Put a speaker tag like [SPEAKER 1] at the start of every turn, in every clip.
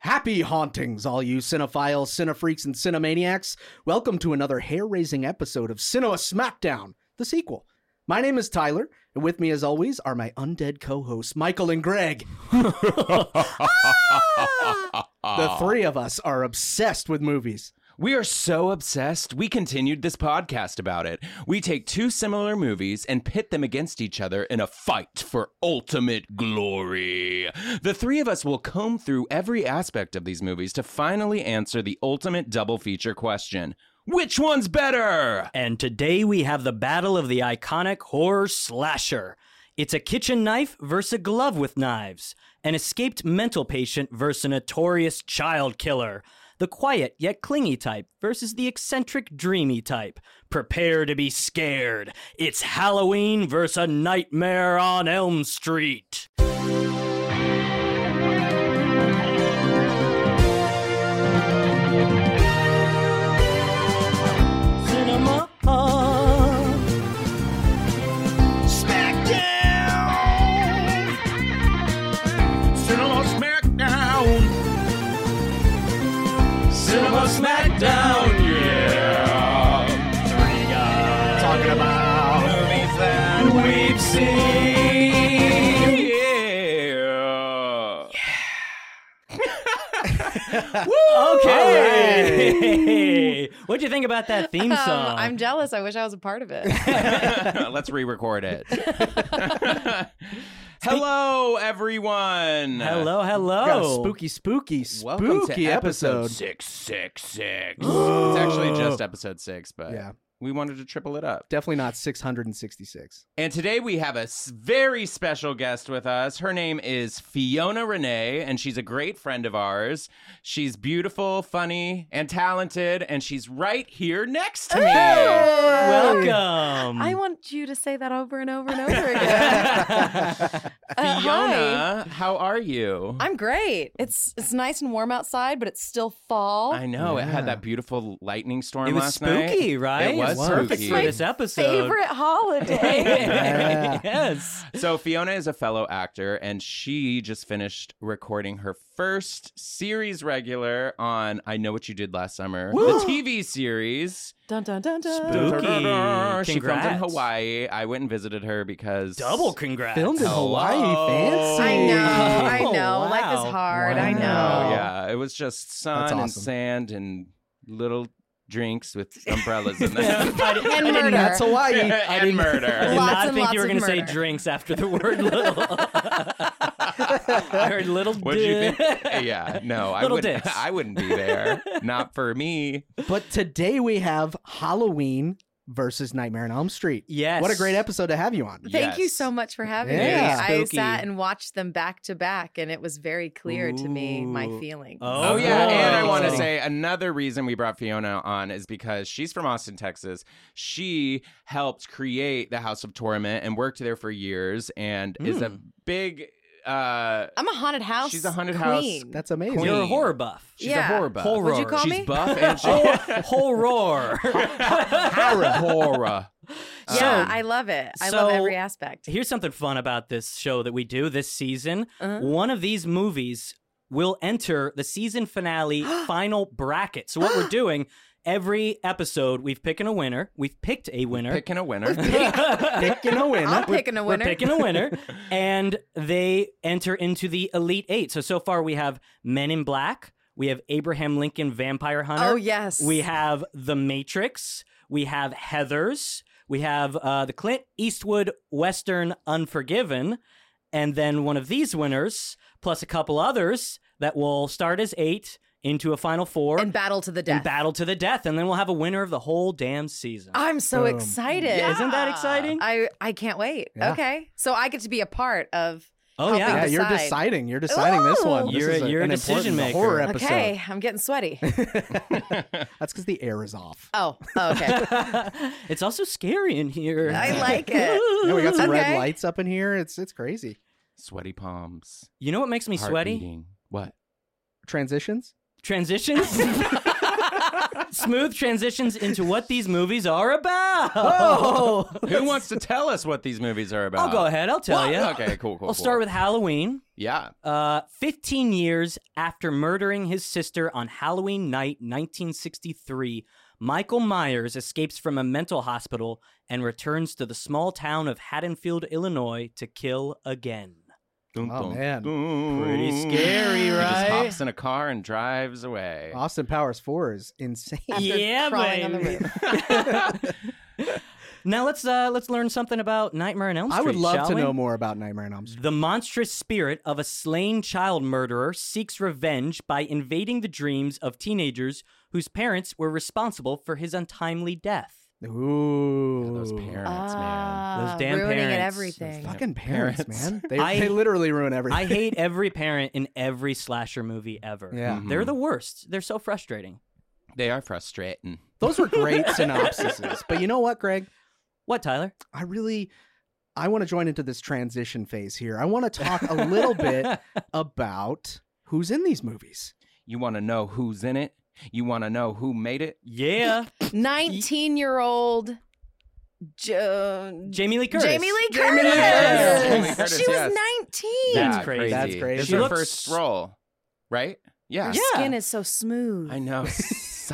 [SPEAKER 1] Happy hauntings, all you cinephiles, cinefreaks, and cinemaniacs. Welcome to another hair raising episode of Cinema Smackdown, the sequel. My name is Tyler, and with me, as always, are my undead co hosts, Michael and Greg. The three of us are obsessed with movies.
[SPEAKER 2] We are so obsessed, we continued this podcast about it. We take two similar movies and pit them against each other in a fight for ultimate glory. The three of us will comb through every aspect of these movies to finally answer the ultimate double feature question Which one's better?
[SPEAKER 3] And today we have the battle of the iconic horror slasher. It's a kitchen knife versus a glove with knives, an escaped mental patient versus a notorious child killer, the quiet yet clingy type versus the eccentric dreamy type. Prepare to be scared. It's Halloween versus a nightmare on Elm Street. Cinema.
[SPEAKER 2] Smackdown! Cinema Smackdown! Cinema Smackdown, yeah! Three guys talking about movies that we've seen. Yeah!
[SPEAKER 3] Okay. What'd you think about that theme
[SPEAKER 4] Um,
[SPEAKER 3] song?
[SPEAKER 4] I'm jealous. I wish I was a part of it.
[SPEAKER 2] Let's re-record it. Hello, everyone.
[SPEAKER 3] hello,
[SPEAKER 1] We got a
[SPEAKER 3] hello.
[SPEAKER 1] spooky, spooky, spooky
[SPEAKER 2] Oh. Welcome to
[SPEAKER 1] episode.
[SPEAKER 2] episode six six six. It's actually just episode six, but
[SPEAKER 1] Yeah,
[SPEAKER 2] we wanted to triple it up.
[SPEAKER 1] definitely not 666.
[SPEAKER 2] And today we have a s- very special guest with us. Her name is Fiona Renee, and she's a great friend of ours. She's beautiful, funny, and talented, and she's right here next to me.
[SPEAKER 3] Welcome.
[SPEAKER 4] I want you to say that over and over and over again. Uh, hi.
[SPEAKER 2] Fiona, how are you?
[SPEAKER 4] I'm great. It's it's nice and warm outside, but it's still fall.
[SPEAKER 2] I know it
[SPEAKER 1] Yeah.
[SPEAKER 2] had that beautiful lightning storm
[SPEAKER 3] It was
[SPEAKER 2] last night.
[SPEAKER 3] spooky, right?
[SPEAKER 2] It was,
[SPEAKER 1] It was.
[SPEAKER 3] perfect
[SPEAKER 2] spooky.
[SPEAKER 3] for this episode.
[SPEAKER 4] Favorite holiday.
[SPEAKER 1] Yeah.
[SPEAKER 3] yes.
[SPEAKER 2] So Fiona is a fellow actor, and she just finished recording her first series regular on "I Know What You Did Last Summer," the TV series.
[SPEAKER 4] dun dun dun dun.
[SPEAKER 3] Spooky.
[SPEAKER 2] She filmed in
[SPEAKER 3] Congrats.
[SPEAKER 2] Hawaii. I I went and visited her because
[SPEAKER 3] Double congrats.
[SPEAKER 1] Filmed in
[SPEAKER 2] Hello.
[SPEAKER 1] Hawaii, fancy.
[SPEAKER 4] I know. I
[SPEAKER 3] Oh,
[SPEAKER 4] know. Life
[SPEAKER 3] wow.
[SPEAKER 4] is hard. I
[SPEAKER 1] Wow.
[SPEAKER 4] know.
[SPEAKER 2] Oh, yeah, it was just sun
[SPEAKER 1] That's
[SPEAKER 2] and
[SPEAKER 1] awesome.
[SPEAKER 2] sand and little drinks with umbrellas in them.
[SPEAKER 3] I, did,
[SPEAKER 4] And
[SPEAKER 3] I
[SPEAKER 4] murder.
[SPEAKER 3] did
[SPEAKER 1] That's Hawaii. I
[SPEAKER 2] and
[SPEAKER 1] didn't-
[SPEAKER 2] murder.
[SPEAKER 4] Lots
[SPEAKER 3] not
[SPEAKER 4] and
[SPEAKER 3] think
[SPEAKER 4] lots
[SPEAKER 3] you were
[SPEAKER 4] of
[SPEAKER 3] going to say
[SPEAKER 4] murder.
[SPEAKER 3] drinks after the word little. I heard little
[SPEAKER 2] What do you
[SPEAKER 3] dick.
[SPEAKER 2] think? Yeah, no, I
[SPEAKER 3] Little
[SPEAKER 2] wouldn't.
[SPEAKER 3] dicks.
[SPEAKER 2] I wouldn't be there. Not for me.
[SPEAKER 1] But today we have Halloween versus Nightmare on Elm Street.
[SPEAKER 3] Yes.
[SPEAKER 1] What a great episode to have you on.
[SPEAKER 4] Thank you
[SPEAKER 2] Yes.
[SPEAKER 4] so much for having
[SPEAKER 1] Yeah.
[SPEAKER 4] me. I
[SPEAKER 3] Spooky.
[SPEAKER 4] sat and watched them back to back, and it was very clear to me my
[SPEAKER 3] Ooh.
[SPEAKER 4] feelings.
[SPEAKER 3] Oh,
[SPEAKER 2] Oh, yeah,
[SPEAKER 3] boy.
[SPEAKER 2] and I want to
[SPEAKER 3] Interesting.
[SPEAKER 2] say another reason we brought Fiona on is because she's from Austin, Texas. She helped create the House of Torment and worked there for years, and is
[SPEAKER 3] Hmm.
[SPEAKER 2] a big. Uh,
[SPEAKER 4] I'm a haunted house.
[SPEAKER 2] She's a haunted house
[SPEAKER 4] queen.
[SPEAKER 1] That's amazing.
[SPEAKER 2] Queen.
[SPEAKER 3] You're a horror buff.
[SPEAKER 2] she's
[SPEAKER 4] Yeah.
[SPEAKER 2] a horror buff.
[SPEAKER 3] Horror. What'd you
[SPEAKER 4] call
[SPEAKER 2] she's
[SPEAKER 4] me?
[SPEAKER 2] buff and she
[SPEAKER 3] Oh, horror.
[SPEAKER 2] horror. horror.
[SPEAKER 4] Yeah,
[SPEAKER 3] So-
[SPEAKER 4] I love it. I love
[SPEAKER 3] so-
[SPEAKER 4] every aspect.
[SPEAKER 3] Here's something fun about this show that we do this season. One of these movies will enter the season finale final bracket. So what we're doing every episode, we've picking a winner. We've picked a winner.
[SPEAKER 2] Picking a winner.
[SPEAKER 1] Picking a winner.
[SPEAKER 4] I'm picking a
[SPEAKER 3] we're
[SPEAKER 4] winner.
[SPEAKER 3] picking a winner, and they enter into the elite eight. So so far we have Men in Black, we have Abraham Lincoln Vampire Hunter.
[SPEAKER 4] Oh, yes.
[SPEAKER 3] we have The Matrix, we have Heather's, we have uh, the Clint Eastwood Western Unforgiven, and then one of these winners plus a couple others that will start as eight into a final four
[SPEAKER 4] and battle to the death.
[SPEAKER 3] and battle to the death, and then we'll have a winner of the whole damn season.
[SPEAKER 4] I'm so
[SPEAKER 1] Boom.
[SPEAKER 4] excited.
[SPEAKER 2] Yeah.
[SPEAKER 3] Isn't that exciting?
[SPEAKER 4] I I can't wait.
[SPEAKER 1] Yeah.
[SPEAKER 4] Okay, so I get to be a part of.
[SPEAKER 3] oh
[SPEAKER 4] I'll
[SPEAKER 3] yeah.
[SPEAKER 1] yeah, you're
[SPEAKER 4] Decide.
[SPEAKER 1] deciding. You're deciding this one.
[SPEAKER 4] Ooh.
[SPEAKER 1] This
[SPEAKER 3] You're a-
[SPEAKER 1] is
[SPEAKER 3] you're a
[SPEAKER 1] an
[SPEAKER 3] decision
[SPEAKER 1] important
[SPEAKER 3] maker.
[SPEAKER 1] Horror episode.
[SPEAKER 4] Okay, I'm getting sweaty.
[SPEAKER 1] That's because the air is off.
[SPEAKER 4] Oh, oh, okay.
[SPEAKER 3] it's also scary in here.
[SPEAKER 4] I like it.
[SPEAKER 1] Yeah, we got some red
[SPEAKER 4] Okay.
[SPEAKER 1] lights up in here. It's it's crazy.
[SPEAKER 2] Sweaty palms.
[SPEAKER 3] You know what makes me
[SPEAKER 2] heart
[SPEAKER 3] sweaty?
[SPEAKER 2] beating. What?
[SPEAKER 1] Transitions.
[SPEAKER 3] Transitions. smooth transitions into what these movies are about.
[SPEAKER 1] Oh,
[SPEAKER 2] Who wants to tell us what these movies are about?
[SPEAKER 3] I'll go ahead. I'll tell you.
[SPEAKER 2] Okay, cool, cool.
[SPEAKER 3] We'll start with Halloween.
[SPEAKER 2] yeah.
[SPEAKER 3] Uh, 15 years after murdering his sister on Halloween night 1963, Michael Myers escapes from a mental hospital and returns to the small town of Haddonfield, Illinois to kill again.
[SPEAKER 1] Oh, man.
[SPEAKER 3] Pretty scary,
[SPEAKER 2] He just
[SPEAKER 3] right?
[SPEAKER 2] hops in a car and drives away.
[SPEAKER 1] Austin Powers Four is insane.
[SPEAKER 4] After
[SPEAKER 3] Yeah,
[SPEAKER 4] crawling on the
[SPEAKER 3] baby.
[SPEAKER 4] roof.
[SPEAKER 3] Now let's uh, let's learn something about Nightmare on Elm Street.
[SPEAKER 1] I would
[SPEAKER 3] shall
[SPEAKER 1] love to
[SPEAKER 3] we?
[SPEAKER 1] know more about Nightmare on Elm Street.
[SPEAKER 3] The monstrous spirit of a slain child murderer seeks revenge by invading the dreams of teenagers whose parents were responsible for his untimely death.
[SPEAKER 1] Ooh,
[SPEAKER 2] Yeah, those parents, man.
[SPEAKER 4] Ah,
[SPEAKER 3] Those damn
[SPEAKER 4] ruining
[SPEAKER 3] parents.
[SPEAKER 4] everything.
[SPEAKER 1] Fucking parents,
[SPEAKER 2] Parents.
[SPEAKER 1] man. They,
[SPEAKER 3] I-
[SPEAKER 1] they literally ruin everything.
[SPEAKER 3] I hate every parent in every slasher movie ever.
[SPEAKER 1] Yeah. Hmm.
[SPEAKER 2] Mhm.
[SPEAKER 3] They're the worst. They're so frustrating.
[SPEAKER 2] They are frustrating.
[SPEAKER 1] Those were great synopsises. But you know what, Greg?
[SPEAKER 3] What, Tyler?
[SPEAKER 1] I really I want to join into this transition phase here. I want to talk a little bit about who's in these movies.
[SPEAKER 2] You want to know who's in it? You want to know who made it?
[SPEAKER 3] Yeah.
[SPEAKER 4] 19 year old jo-
[SPEAKER 3] Jamie Lee Curtis.
[SPEAKER 4] Jamie Lee Curtis.
[SPEAKER 1] Jamie Lee Curtis.
[SPEAKER 2] Jamie Lee Curtis,
[SPEAKER 4] she
[SPEAKER 2] yes.
[SPEAKER 4] was
[SPEAKER 3] That's
[SPEAKER 4] 19.
[SPEAKER 2] Yeah,
[SPEAKER 3] crazy.
[SPEAKER 1] That's crazy.
[SPEAKER 2] It's
[SPEAKER 3] She
[SPEAKER 2] her
[SPEAKER 3] looks-
[SPEAKER 2] first role, right? Yeah.
[SPEAKER 4] Her
[SPEAKER 3] Yeah.
[SPEAKER 4] skin is so smooth.
[SPEAKER 2] I know.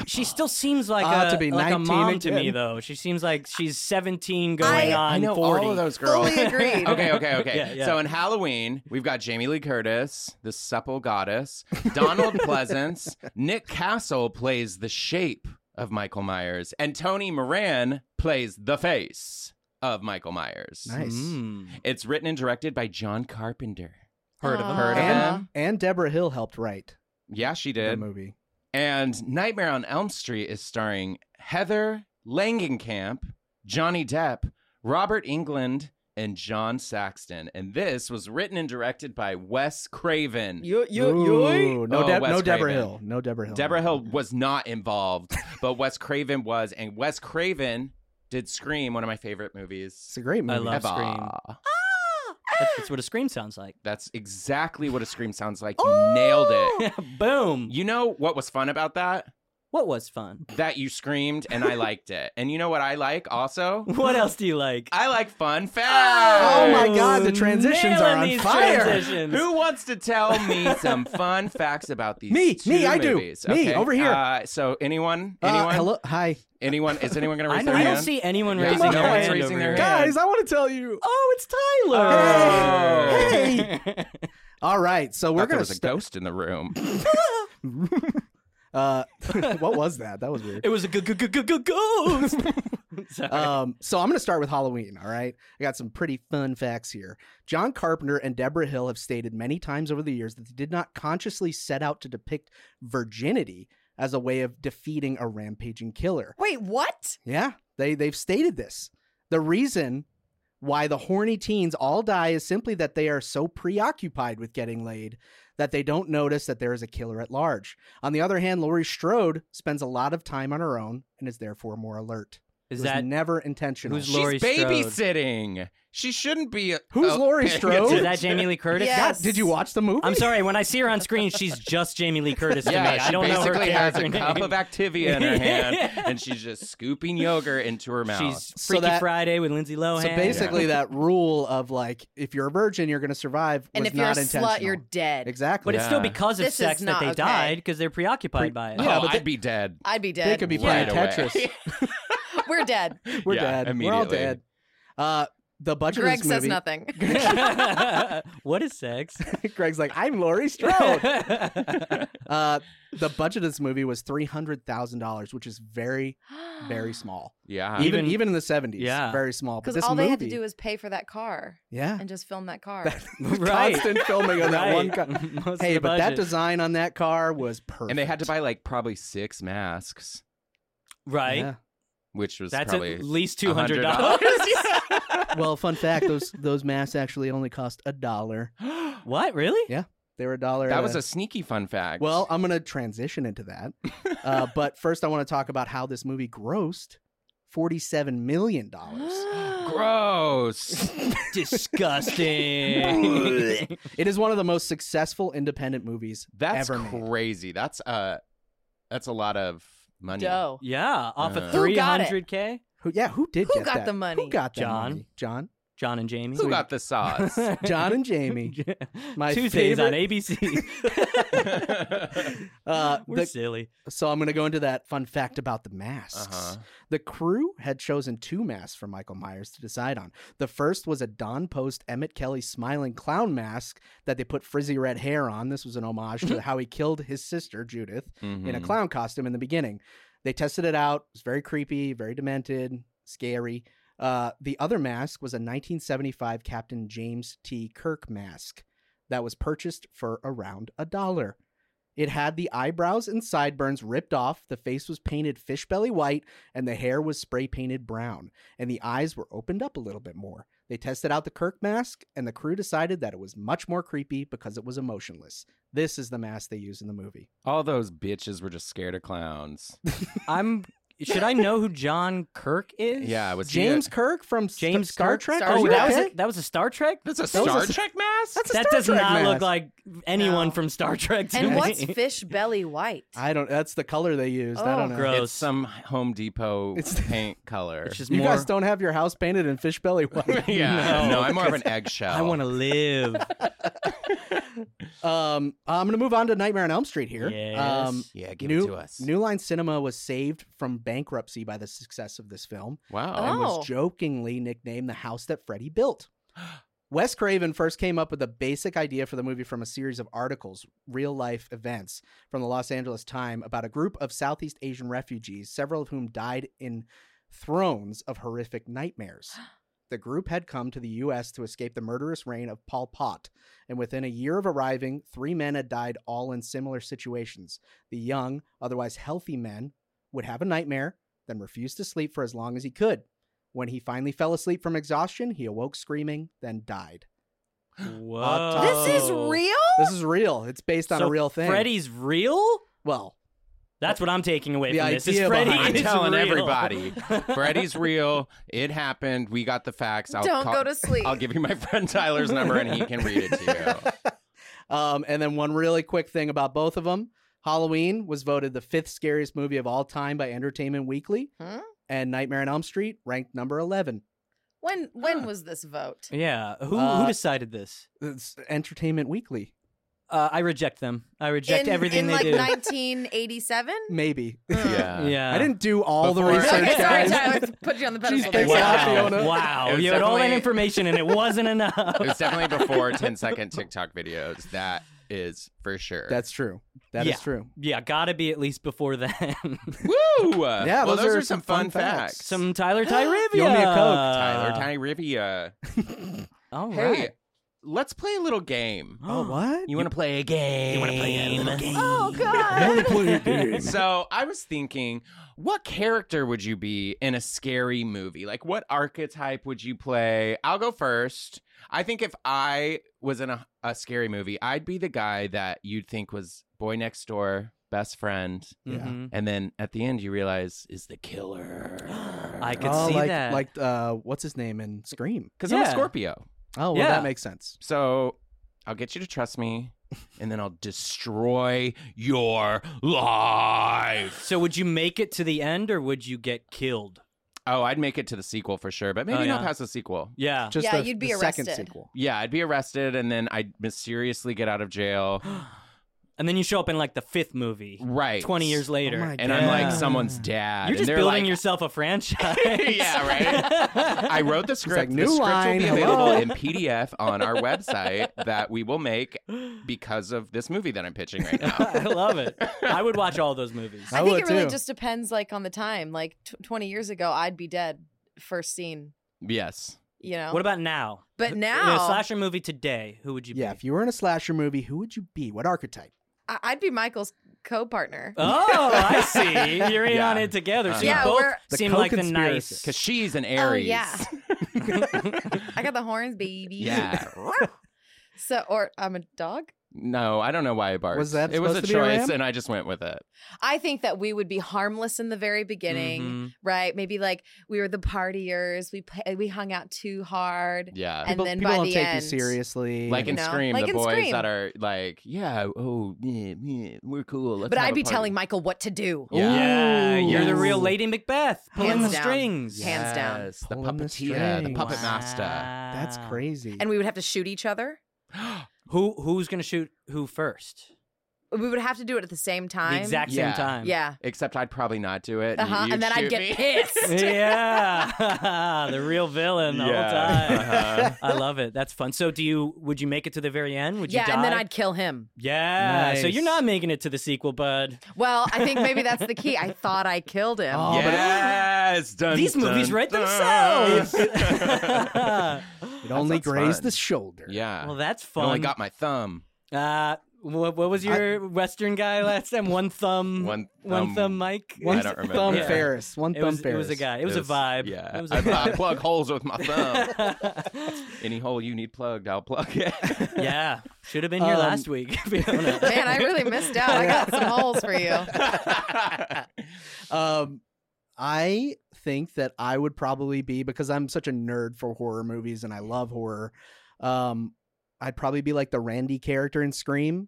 [SPEAKER 3] She still seems like,
[SPEAKER 1] Ah,
[SPEAKER 3] a,
[SPEAKER 1] to be
[SPEAKER 3] like a
[SPEAKER 1] 19
[SPEAKER 3] mom to me,
[SPEAKER 1] again.
[SPEAKER 3] though. She seems like she's 17 going
[SPEAKER 4] I-
[SPEAKER 3] on
[SPEAKER 2] I know
[SPEAKER 3] 40.
[SPEAKER 2] all of those girls.
[SPEAKER 4] Fully agreed.
[SPEAKER 2] okay, okay, okay.
[SPEAKER 3] Yeah, yeah.
[SPEAKER 2] So in Halloween, we've got Jamie Lee Curtis, the supple goddess, Donald Pleasance, Nick Castle plays the shape of Michael Myers, and Tony Moran plays the face of Michael Myers.
[SPEAKER 1] Nice.
[SPEAKER 3] Mm.
[SPEAKER 2] It's written and directed by John Carpenter.
[SPEAKER 3] Heard of
[SPEAKER 4] Aw.
[SPEAKER 3] them.
[SPEAKER 2] Heard of
[SPEAKER 1] And,
[SPEAKER 2] him?
[SPEAKER 1] and Deborah Hill helped write
[SPEAKER 2] Yeah, she
[SPEAKER 1] the
[SPEAKER 2] did.
[SPEAKER 1] movie.
[SPEAKER 2] And Nightmare on Elm Street is starring Heather Langenkamp, Johnny Depp, Robert England, and John Saxton. And this was written and directed by Wes Craven.
[SPEAKER 3] Uh,
[SPEAKER 1] Ooh, no,
[SPEAKER 2] Oh,
[SPEAKER 1] Deb-
[SPEAKER 2] Wes
[SPEAKER 1] no Deborah
[SPEAKER 2] Craven.
[SPEAKER 1] Hill. No Deborah Hill.
[SPEAKER 2] Deborah Hill was not involved, but Wes Craven was. And Wes Craven did Scream, one of my favorite
[SPEAKER 1] It's
[SPEAKER 2] movies.
[SPEAKER 1] a great movie.
[SPEAKER 3] I love
[SPEAKER 2] Ever.
[SPEAKER 3] Scream. That's, that's what a scream sounds like.
[SPEAKER 2] That's exactly what a Scream sounds like. You
[SPEAKER 1] Oh!
[SPEAKER 2] nailed it.
[SPEAKER 3] Boom.
[SPEAKER 2] You know what was fun about that?
[SPEAKER 3] what was fun?
[SPEAKER 2] That you screamed and I liked it. And you know what I like also?
[SPEAKER 3] What else do you like?
[SPEAKER 2] I like fun facts.
[SPEAKER 1] Oh my God, the transitions
[SPEAKER 3] Nailing
[SPEAKER 1] are on
[SPEAKER 3] these
[SPEAKER 1] fire.
[SPEAKER 3] transitions.
[SPEAKER 2] Who wants to tell me some fun facts about these?
[SPEAKER 1] Me,
[SPEAKER 2] two
[SPEAKER 1] me, I do.
[SPEAKER 2] movies?
[SPEAKER 1] Me,
[SPEAKER 2] Okay,
[SPEAKER 1] over here.
[SPEAKER 2] Uh, so anyone,
[SPEAKER 1] Uh,
[SPEAKER 2] anyone,
[SPEAKER 1] hello, hi,
[SPEAKER 2] anyone? Is anyone going to
[SPEAKER 3] I,
[SPEAKER 2] raise
[SPEAKER 3] don't-
[SPEAKER 2] their
[SPEAKER 3] I
[SPEAKER 2] hand?
[SPEAKER 3] don't see anyone
[SPEAKER 2] Yeah,
[SPEAKER 3] raising
[SPEAKER 1] no
[SPEAKER 3] their
[SPEAKER 1] one's
[SPEAKER 3] hand.
[SPEAKER 2] raising
[SPEAKER 3] over
[SPEAKER 2] their
[SPEAKER 3] here.
[SPEAKER 2] hand.
[SPEAKER 1] guys. I want to tell you.
[SPEAKER 3] Oh, it's Tyler.
[SPEAKER 2] Oh.
[SPEAKER 1] Hey. All right, so we're
[SPEAKER 2] Thought there
[SPEAKER 1] gonna.
[SPEAKER 2] was a
[SPEAKER 1] St-
[SPEAKER 2] ghost in the room.
[SPEAKER 1] uh, what was that? That was weird.
[SPEAKER 3] It was a g- g- g- g- g- ghost. Sorry.
[SPEAKER 1] Um, so I'm going to start with Halloween. All right, I got some pretty fun facts here. John Carpenter and Deborah Hill have stated many times over the years that they did not consciously set out to depict virginity as a way of defeating a rampaging killer.
[SPEAKER 4] Wait, what?
[SPEAKER 1] Yeah, they they've stated this. The reason why the horny teens all die is simply that they are so preoccupied with getting laid that they don't notice that there is a killer at large. On the other hand, Laurie Strode spends a lot of time on her own and is therefore more alert. It
[SPEAKER 3] Is
[SPEAKER 1] was
[SPEAKER 3] that
[SPEAKER 1] never intentional?
[SPEAKER 3] who's
[SPEAKER 2] She's
[SPEAKER 3] Laurie Strode.
[SPEAKER 2] babysitting. She shouldn't be. uh, oh,
[SPEAKER 1] Who's Laurie
[SPEAKER 2] paying
[SPEAKER 1] Strode?
[SPEAKER 3] is
[SPEAKER 2] attention.
[SPEAKER 3] that Jamie Lee Curtis?
[SPEAKER 4] Yeah.
[SPEAKER 1] God,
[SPEAKER 4] Yes.
[SPEAKER 1] did you watch the movie?
[SPEAKER 3] I'm sorry. When I see her on screen, she's just Jamie Lee Curtis to
[SPEAKER 2] Yeah,
[SPEAKER 3] me.
[SPEAKER 2] she
[SPEAKER 3] I don't know her
[SPEAKER 2] basically has
[SPEAKER 3] character
[SPEAKER 2] a
[SPEAKER 3] name.
[SPEAKER 2] cup of Activia in her hand,
[SPEAKER 3] Yeah.
[SPEAKER 2] and she's just scooping yogurt into her mouth.
[SPEAKER 3] She's
[SPEAKER 1] So
[SPEAKER 3] Freaky
[SPEAKER 1] that-
[SPEAKER 3] Friday with Lindsay Lohan.
[SPEAKER 1] So basically, that rule of like, if you're a virgin, you're going to survive
[SPEAKER 4] And
[SPEAKER 1] was
[SPEAKER 4] if you're a
[SPEAKER 1] not intentional.
[SPEAKER 4] slut, you're dead.
[SPEAKER 1] exactly.
[SPEAKER 3] But it's still
[SPEAKER 2] Yeah.
[SPEAKER 3] because of
[SPEAKER 4] This is
[SPEAKER 3] sex that
[SPEAKER 4] not
[SPEAKER 3] they
[SPEAKER 4] okay.
[SPEAKER 3] died because they're preoccupied by it.
[SPEAKER 2] oh,
[SPEAKER 1] yeah, but
[SPEAKER 2] I'd
[SPEAKER 1] they-
[SPEAKER 2] be dead.
[SPEAKER 4] I'd be dead.
[SPEAKER 1] they could be
[SPEAKER 2] Right
[SPEAKER 1] playing
[SPEAKER 2] away.
[SPEAKER 1] Tetris.
[SPEAKER 4] We're dead.
[SPEAKER 1] We're
[SPEAKER 2] Yeah,
[SPEAKER 1] dead. We're all
[SPEAKER 2] immediately.
[SPEAKER 1] dead. Uh, the budget
[SPEAKER 4] Greg
[SPEAKER 1] of this
[SPEAKER 4] says
[SPEAKER 1] movie.
[SPEAKER 4] nothing.
[SPEAKER 3] what is sex?
[SPEAKER 1] Greg's like, I'm Laurie Strode. uh, the budget of this movie was three hundred thousand dollars, which is very, very small.
[SPEAKER 2] Yeah.
[SPEAKER 1] Even even,
[SPEAKER 3] Even-
[SPEAKER 1] in the seventies,
[SPEAKER 3] yeah.
[SPEAKER 1] very small. But
[SPEAKER 4] Because
[SPEAKER 1] this
[SPEAKER 4] all
[SPEAKER 1] movie,
[SPEAKER 4] they had to do was pay for that car
[SPEAKER 1] yeah,
[SPEAKER 4] and just film that car.
[SPEAKER 3] right.
[SPEAKER 1] constant filming on that
[SPEAKER 3] Right.
[SPEAKER 1] one. Car.
[SPEAKER 3] Most of
[SPEAKER 1] Hey,
[SPEAKER 3] the
[SPEAKER 1] but that
[SPEAKER 3] budget.
[SPEAKER 1] design on that car was perfect.
[SPEAKER 2] and they had to buy like probably six masks,
[SPEAKER 3] right.
[SPEAKER 1] Yeah.
[SPEAKER 2] which was
[SPEAKER 3] That's
[SPEAKER 2] probably
[SPEAKER 3] at least two hundred
[SPEAKER 2] $100.
[SPEAKER 3] dollars.
[SPEAKER 1] Well, fun fact: those those masks actually only cost a dollar.
[SPEAKER 3] what really?
[SPEAKER 1] Yeah. They were a dollar.
[SPEAKER 2] That
[SPEAKER 1] at
[SPEAKER 2] was a sneaky fun fact.
[SPEAKER 1] Well, I'm gonna transition into that, uh, but first I want to talk about how this movie grossed forty-seven million dollars.
[SPEAKER 2] gross.
[SPEAKER 3] Disgusting.
[SPEAKER 1] It is one of the most successful independent movies
[SPEAKER 2] That's
[SPEAKER 1] ever made.
[SPEAKER 2] crazy. That's uh that's a lot of Money.
[SPEAKER 4] Dough.
[SPEAKER 3] Yeah, off
[SPEAKER 2] Uh.
[SPEAKER 3] of
[SPEAKER 4] Who got it?
[SPEAKER 3] 300K.
[SPEAKER 1] Who, yeah, who did
[SPEAKER 4] Who
[SPEAKER 1] get
[SPEAKER 4] got
[SPEAKER 1] that?
[SPEAKER 4] the money?
[SPEAKER 1] Who got that
[SPEAKER 3] John.
[SPEAKER 1] money? John.
[SPEAKER 3] John and Jamie.
[SPEAKER 2] Who got the sauce?
[SPEAKER 1] John and Jamie. My
[SPEAKER 3] Tuesdays on
[SPEAKER 1] favorite-
[SPEAKER 3] ABC.
[SPEAKER 2] uh-huh.
[SPEAKER 1] Uh,
[SPEAKER 3] We're
[SPEAKER 1] the-
[SPEAKER 3] silly.
[SPEAKER 1] so I'm going to go into that fun fact about the masks.
[SPEAKER 4] Uh-huh.
[SPEAKER 2] Uh-huh.
[SPEAKER 1] The crew had chosen two masks for Michael Myers to decide on. The first was a Don Post Emmett Kelly smiling clown mask that they put frizzy red hair on. This was an homage to how he killed his sister Judith in a
[SPEAKER 2] Mhm.
[SPEAKER 1] clown costume in the beginning. They tested it out. It was very creepy, very demented, scary. Uh, the other mask was a 1975 Captain James T. Kirk mask that was purchased for around a dollar. It had the eyebrows and sideburns ripped off, the face was painted fish belly white, and the hair was spray painted brown, and the eyes were opened up a little bit more. They tested out the Kirk mask, and the crew decided that it was much more creepy because it was emotionless. This is the mask they use in the movie.
[SPEAKER 2] All those bitches were just scared of clowns.
[SPEAKER 3] I'm. Should I know who John Kirk is?
[SPEAKER 2] Yeah, uh, I was
[SPEAKER 1] James Kirk from S-
[SPEAKER 3] James
[SPEAKER 1] Star
[SPEAKER 3] Kirk?
[SPEAKER 1] Trek.
[SPEAKER 4] Star
[SPEAKER 1] Are
[SPEAKER 3] Oh,
[SPEAKER 1] you
[SPEAKER 3] that was
[SPEAKER 1] okay?
[SPEAKER 3] a, that was a Star Trek.
[SPEAKER 2] That's a
[SPEAKER 1] was
[SPEAKER 2] Star
[SPEAKER 1] a-
[SPEAKER 2] Trek mask.
[SPEAKER 1] That's a
[SPEAKER 3] that
[SPEAKER 1] Star
[SPEAKER 3] does
[SPEAKER 1] Trek
[SPEAKER 3] not
[SPEAKER 1] mask.
[SPEAKER 3] look like anyone
[SPEAKER 4] No.
[SPEAKER 3] from Star Trek. To
[SPEAKER 4] And
[SPEAKER 3] me.
[SPEAKER 4] what's fish belly white?
[SPEAKER 1] I don't. That's the color they used. I
[SPEAKER 4] Oh,
[SPEAKER 1] don't know.
[SPEAKER 3] gross.
[SPEAKER 2] It's some Home Depot
[SPEAKER 1] It's-
[SPEAKER 2] paint color.
[SPEAKER 3] It's just
[SPEAKER 1] You
[SPEAKER 3] more.
[SPEAKER 1] guys don't have your house painted in fish belly white.
[SPEAKER 2] yeah, no,
[SPEAKER 3] No.
[SPEAKER 2] I'm more of an eggshell.
[SPEAKER 3] I want to live.
[SPEAKER 1] Um, I'm gonna move on to Nightmare on Elm Street here.
[SPEAKER 3] Yes.
[SPEAKER 1] Um,
[SPEAKER 2] Yeah, give
[SPEAKER 1] New,
[SPEAKER 2] it to us.
[SPEAKER 1] New Line Cinema was saved from bankruptcy by the success of this film
[SPEAKER 2] wow.
[SPEAKER 1] and
[SPEAKER 4] Oh.
[SPEAKER 1] was jokingly nicknamed the house that Freddy built. Wes Craven first came up with the basic idea for the movie from a series of articles, real life events from the Los Angeles Times about a group of Southeast Asian refugees, several of whom died in thrones of horrific nightmares. The group had come to the U.S. to escape the murderous reign of Pol Pot, and within a year of arriving, three men had died all in similar situations. The young, otherwise healthy men would have a nightmare, then refuse to sleep for as long as he could. When he finally fell asleep from exhaustion, he awoke screaming, then died.
[SPEAKER 3] Whoa.
[SPEAKER 4] This is real?
[SPEAKER 1] This is real. It's based on
[SPEAKER 3] So
[SPEAKER 1] a real thing.
[SPEAKER 3] Freddy's real?
[SPEAKER 1] Well,
[SPEAKER 3] That's what I'm taking away
[SPEAKER 1] The
[SPEAKER 3] from this. Is
[SPEAKER 1] idea
[SPEAKER 3] Freddy
[SPEAKER 1] behind-
[SPEAKER 2] I'm
[SPEAKER 3] is
[SPEAKER 2] telling
[SPEAKER 3] real.
[SPEAKER 2] everybody. Freddy's real. It happened. We got the facts. I'll
[SPEAKER 4] Don't
[SPEAKER 2] call-
[SPEAKER 4] go to sleep.
[SPEAKER 2] I'll give you my friend Tyler's number and he can read it to you.
[SPEAKER 1] um, and then one really quick thing about both of them. Halloween was voted the fifth scariest movie of all time by Entertainment Weekly,
[SPEAKER 4] Hmm?
[SPEAKER 1] and Nightmare on Elm Street ranked number 11.
[SPEAKER 4] When when
[SPEAKER 2] Huh.
[SPEAKER 4] was this vote?
[SPEAKER 3] Yeah. Who
[SPEAKER 1] Uh,
[SPEAKER 3] who decided this?
[SPEAKER 1] It's Entertainment Weekly,
[SPEAKER 3] Uh, I reject them. I reject
[SPEAKER 4] In,
[SPEAKER 3] everything
[SPEAKER 4] in
[SPEAKER 3] they
[SPEAKER 4] like
[SPEAKER 3] do.
[SPEAKER 4] 1987?
[SPEAKER 1] maybe.
[SPEAKER 2] Yeah.
[SPEAKER 3] yeah.
[SPEAKER 1] I didn't do all the
[SPEAKER 2] Before-
[SPEAKER 1] research,
[SPEAKER 4] Okay, sorry,
[SPEAKER 1] guys.
[SPEAKER 4] Tyler. let's Put you on the pedestal.
[SPEAKER 1] Jeez,
[SPEAKER 4] there.
[SPEAKER 1] thanks a lot,
[SPEAKER 4] Yeah.
[SPEAKER 1] Fiona.
[SPEAKER 3] Wow. Wow.
[SPEAKER 2] It was
[SPEAKER 3] You had all that
[SPEAKER 2] definitely-
[SPEAKER 3] information and it wasn't
[SPEAKER 2] It
[SPEAKER 3] enough.
[SPEAKER 2] was definitely before 10 second TikTok videos. That is for sure.
[SPEAKER 1] That's true. That is
[SPEAKER 3] Yeah.
[SPEAKER 1] true.
[SPEAKER 3] yeah, gotta be at least before then.
[SPEAKER 2] woo.
[SPEAKER 1] Yeah,
[SPEAKER 2] well,
[SPEAKER 1] those are some fun facts.
[SPEAKER 3] Some Tyler Tyrivia.
[SPEAKER 1] You owe me a Coke,
[SPEAKER 2] Tyler Tyrivia.
[SPEAKER 3] uh, All right.
[SPEAKER 2] Hey, let's play a little game.
[SPEAKER 1] Oh, what?
[SPEAKER 2] You want to play a game? You want to play a little game?
[SPEAKER 4] Oh, God.
[SPEAKER 2] so I was thinking, what character would you be in a scary movie? Like, what archetype would you play? I'll go first. I think if I was in a, a scary movie, I'd be the guy that you'd think was boy next door, best friend,
[SPEAKER 3] Mhm.
[SPEAKER 2] and then at the end you realize is the killer.
[SPEAKER 3] Mm-hmm. I could
[SPEAKER 1] oh,
[SPEAKER 3] see
[SPEAKER 1] like,
[SPEAKER 3] that.
[SPEAKER 1] Like, uh, what's his name in Scream?
[SPEAKER 2] because I'm a
[SPEAKER 3] Yeah.
[SPEAKER 2] Scorpio.
[SPEAKER 1] Oh, well,
[SPEAKER 3] Yeah.
[SPEAKER 1] that makes sense.
[SPEAKER 2] So I'll get you to trust me, and then I'll destroy your life.
[SPEAKER 3] so would you make it to the end or would you get killed?
[SPEAKER 2] Oh, I'd make it to the sequel for sure, but maybe
[SPEAKER 3] Oh,
[SPEAKER 2] not
[SPEAKER 3] yeah.
[SPEAKER 2] past the sequel.
[SPEAKER 3] Yeah.
[SPEAKER 1] Just
[SPEAKER 4] Yeah,
[SPEAKER 1] the,
[SPEAKER 4] you'd be
[SPEAKER 1] the second
[SPEAKER 4] arrested.
[SPEAKER 1] sequel.
[SPEAKER 2] Yeah, I'd be arrested and then I'd mysteriously get out of jail.
[SPEAKER 3] and then you show up in like the fifth movie.
[SPEAKER 2] Right.
[SPEAKER 3] 20 years later.
[SPEAKER 1] my
[SPEAKER 2] And I'm like
[SPEAKER 1] Yeah.
[SPEAKER 2] someone's dad.
[SPEAKER 3] You're
[SPEAKER 2] and
[SPEAKER 3] just
[SPEAKER 2] they're
[SPEAKER 3] building
[SPEAKER 2] like,
[SPEAKER 3] yourself a franchise.
[SPEAKER 2] Yeah, right? I wrote the script.
[SPEAKER 1] like,
[SPEAKER 2] the
[SPEAKER 1] "New
[SPEAKER 2] script
[SPEAKER 1] line,
[SPEAKER 2] will be
[SPEAKER 1] hello."
[SPEAKER 2] available in PDF on our website that we will make because of this movie that I'm pitching right now.
[SPEAKER 3] I love it. I would watch all those movies.
[SPEAKER 1] I
[SPEAKER 4] I think
[SPEAKER 1] would,
[SPEAKER 4] it really
[SPEAKER 1] too.
[SPEAKER 4] just depends, like on the time. Like t- 20 years ago, I'd be dead. First scene,
[SPEAKER 2] yes.
[SPEAKER 4] you know.
[SPEAKER 3] What about now?
[SPEAKER 4] but
[SPEAKER 3] In a
[SPEAKER 4] now,
[SPEAKER 3] slasher movie today, who would you
[SPEAKER 1] Yeah, if
[SPEAKER 3] be?
[SPEAKER 1] you were in a slasher movie, who would you be? What archetype?
[SPEAKER 4] I- I'd be Michael's co-partner.
[SPEAKER 3] Oh, I see. You're in
[SPEAKER 2] Yeah.
[SPEAKER 3] on it together. So
[SPEAKER 2] Yeah,
[SPEAKER 3] you both
[SPEAKER 4] we're-
[SPEAKER 1] The
[SPEAKER 3] seem like the nice.
[SPEAKER 1] co-conspiracy.
[SPEAKER 2] Because she's an Aries.
[SPEAKER 4] Oh, yeah. I got the horns, baby.
[SPEAKER 2] Yeah.
[SPEAKER 4] So, or I'm a dog.
[SPEAKER 2] No, I don't know why I barked.
[SPEAKER 1] Was that
[SPEAKER 2] It was a
[SPEAKER 1] supposed to be a
[SPEAKER 2] choice,
[SPEAKER 1] ram?
[SPEAKER 2] and I just went with it.
[SPEAKER 4] I think that we would be harmless in the very beginning,
[SPEAKER 2] Mm-hmm.
[SPEAKER 3] Mhm.
[SPEAKER 4] right? Maybe like we were the partiers. We pl- we hung out too hard.
[SPEAKER 2] Yeah.
[SPEAKER 4] And
[SPEAKER 1] people
[SPEAKER 4] then
[SPEAKER 1] people
[SPEAKER 4] by
[SPEAKER 1] don't
[SPEAKER 4] the
[SPEAKER 1] take you
[SPEAKER 4] end-
[SPEAKER 1] seriously.
[SPEAKER 2] like in
[SPEAKER 4] know?
[SPEAKER 2] Scream,
[SPEAKER 4] Like
[SPEAKER 2] the
[SPEAKER 4] in
[SPEAKER 2] boys
[SPEAKER 4] Scream.
[SPEAKER 2] that are like, yeah, oh, yeah, yeah, we're cool. Let's
[SPEAKER 4] but
[SPEAKER 2] have
[SPEAKER 4] I'd
[SPEAKER 2] a
[SPEAKER 4] be
[SPEAKER 2] party."
[SPEAKER 4] telling Michael what to do.
[SPEAKER 2] Yeah.
[SPEAKER 3] Yeah, you're the
[SPEAKER 4] Yes.
[SPEAKER 3] real Lady Macbeth, pulling
[SPEAKER 4] Hands
[SPEAKER 3] the
[SPEAKER 4] down.
[SPEAKER 3] strings.
[SPEAKER 4] Yeah. Hands down.
[SPEAKER 2] Yes, The
[SPEAKER 1] Pulling the
[SPEAKER 2] puppeteer, the,
[SPEAKER 1] strings.
[SPEAKER 2] puppet master.
[SPEAKER 3] Wow.
[SPEAKER 1] That's crazy.
[SPEAKER 4] And we would have to shoot each other.
[SPEAKER 3] Who who's gonna shoot who first?
[SPEAKER 4] We would have to do it at the same time.
[SPEAKER 3] The exact
[SPEAKER 2] Yeah.
[SPEAKER 3] same time.
[SPEAKER 4] Yeah.
[SPEAKER 2] Except I'd probably not do it.
[SPEAKER 4] Uh-huh.
[SPEAKER 2] you'd
[SPEAKER 4] And then I'd
[SPEAKER 2] shoot
[SPEAKER 4] get
[SPEAKER 2] me.
[SPEAKER 4] pissed.
[SPEAKER 3] yeah, the real villain the whole time.
[SPEAKER 2] Yeah. Uh-huh.
[SPEAKER 3] I love it. That's fun. So, do you? Would you make it to the very end? Would
[SPEAKER 4] yeah,
[SPEAKER 3] you die?
[SPEAKER 4] and then I'd kill him.
[SPEAKER 3] Yeah. So
[SPEAKER 1] Nice.
[SPEAKER 3] you're not making it to the sequel, bud.
[SPEAKER 4] Well, I think maybe that's the key. I thought I killed him.
[SPEAKER 1] Oh, but-
[SPEAKER 2] yes. Dun,
[SPEAKER 3] These
[SPEAKER 2] dun,
[SPEAKER 3] movies write
[SPEAKER 2] dun.
[SPEAKER 3] themselves.
[SPEAKER 1] it only
[SPEAKER 2] sounds
[SPEAKER 1] grazed
[SPEAKER 2] fun.
[SPEAKER 1] the shoulder.
[SPEAKER 2] yeah.
[SPEAKER 3] well, that's
[SPEAKER 2] I
[SPEAKER 3] fun.
[SPEAKER 2] only got my thumb.
[SPEAKER 3] Uh, what, what was your Western guy last time? One thumb.
[SPEAKER 2] One
[SPEAKER 3] One
[SPEAKER 2] thumb-
[SPEAKER 3] thumb, Mike.
[SPEAKER 2] I
[SPEAKER 1] One
[SPEAKER 2] don't remember.
[SPEAKER 1] thumb
[SPEAKER 3] Yeah.
[SPEAKER 1] Ferris. One
[SPEAKER 3] It
[SPEAKER 1] thumb
[SPEAKER 3] was, it
[SPEAKER 1] Ferris.
[SPEAKER 3] was a guy. It was, a vibe.
[SPEAKER 2] Yeah.
[SPEAKER 3] It was a
[SPEAKER 2] I, I
[SPEAKER 3] vibe.
[SPEAKER 2] plug holes with my thumb. Any hole you need plugged, I'll plug it.
[SPEAKER 3] yeah. Should have been here
[SPEAKER 1] Um,
[SPEAKER 3] last week. Fiona.
[SPEAKER 4] Man, I really missed out. I got some holes for you.
[SPEAKER 1] Um, I think that I would probably be because I'm such a nerd for horror movies and I love horror. Um, I'd probably be like the Randy character in Scream.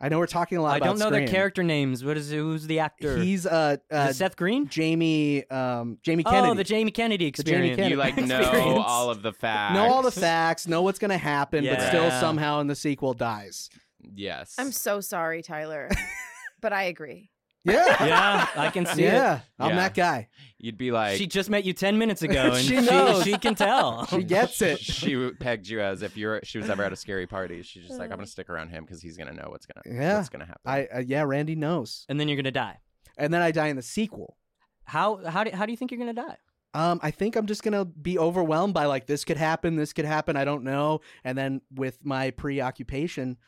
[SPEAKER 1] I know we're talking a lot
[SPEAKER 3] I
[SPEAKER 1] about
[SPEAKER 3] don't know their
[SPEAKER 1] Scream.
[SPEAKER 3] character names. What is who's the actor?
[SPEAKER 1] He's uh,
[SPEAKER 3] Is
[SPEAKER 1] uh
[SPEAKER 3] it Seth Green?
[SPEAKER 1] Jamie um Jamie Kennedy.
[SPEAKER 3] Oh, the Jamie Kennedy
[SPEAKER 1] Jamie
[SPEAKER 3] experience.
[SPEAKER 1] Kennedy.
[SPEAKER 2] you like know
[SPEAKER 1] Experience.
[SPEAKER 2] all of the facts.
[SPEAKER 1] know all the facts, know what's gonna happen, but still
[SPEAKER 3] Yeah.
[SPEAKER 1] somehow in the sequel dies.
[SPEAKER 2] Yes.
[SPEAKER 4] I'm so sorry, Tyler. But I agree.
[SPEAKER 1] Yeah.
[SPEAKER 3] yeah, I can see
[SPEAKER 1] yeah. I'm
[SPEAKER 2] Yeah.
[SPEAKER 1] that guy.
[SPEAKER 2] You'd be
[SPEAKER 3] it.
[SPEAKER 2] like
[SPEAKER 3] She just met you ten minutes ago, and
[SPEAKER 1] She
[SPEAKER 3] she,
[SPEAKER 1] knows.
[SPEAKER 3] she can tell.
[SPEAKER 1] She gets it.
[SPEAKER 2] Oh, She pegged you as if you're she was ever at a scary party. She's just like, I'm gonna
[SPEAKER 3] Uh.
[SPEAKER 2] stick around him because he's gonna know what's gonna
[SPEAKER 1] Yeah.
[SPEAKER 2] what's gonna happen.
[SPEAKER 1] I uh, yeah, Randy knows.
[SPEAKER 3] and then you're gonna die.
[SPEAKER 1] And then I die in the sequel.
[SPEAKER 3] How how do, how do you think you're gonna die?
[SPEAKER 1] Um, I think I'm just gonna be overwhelmed by like this could happen, this could happen, I don't know. And then with my preoccupation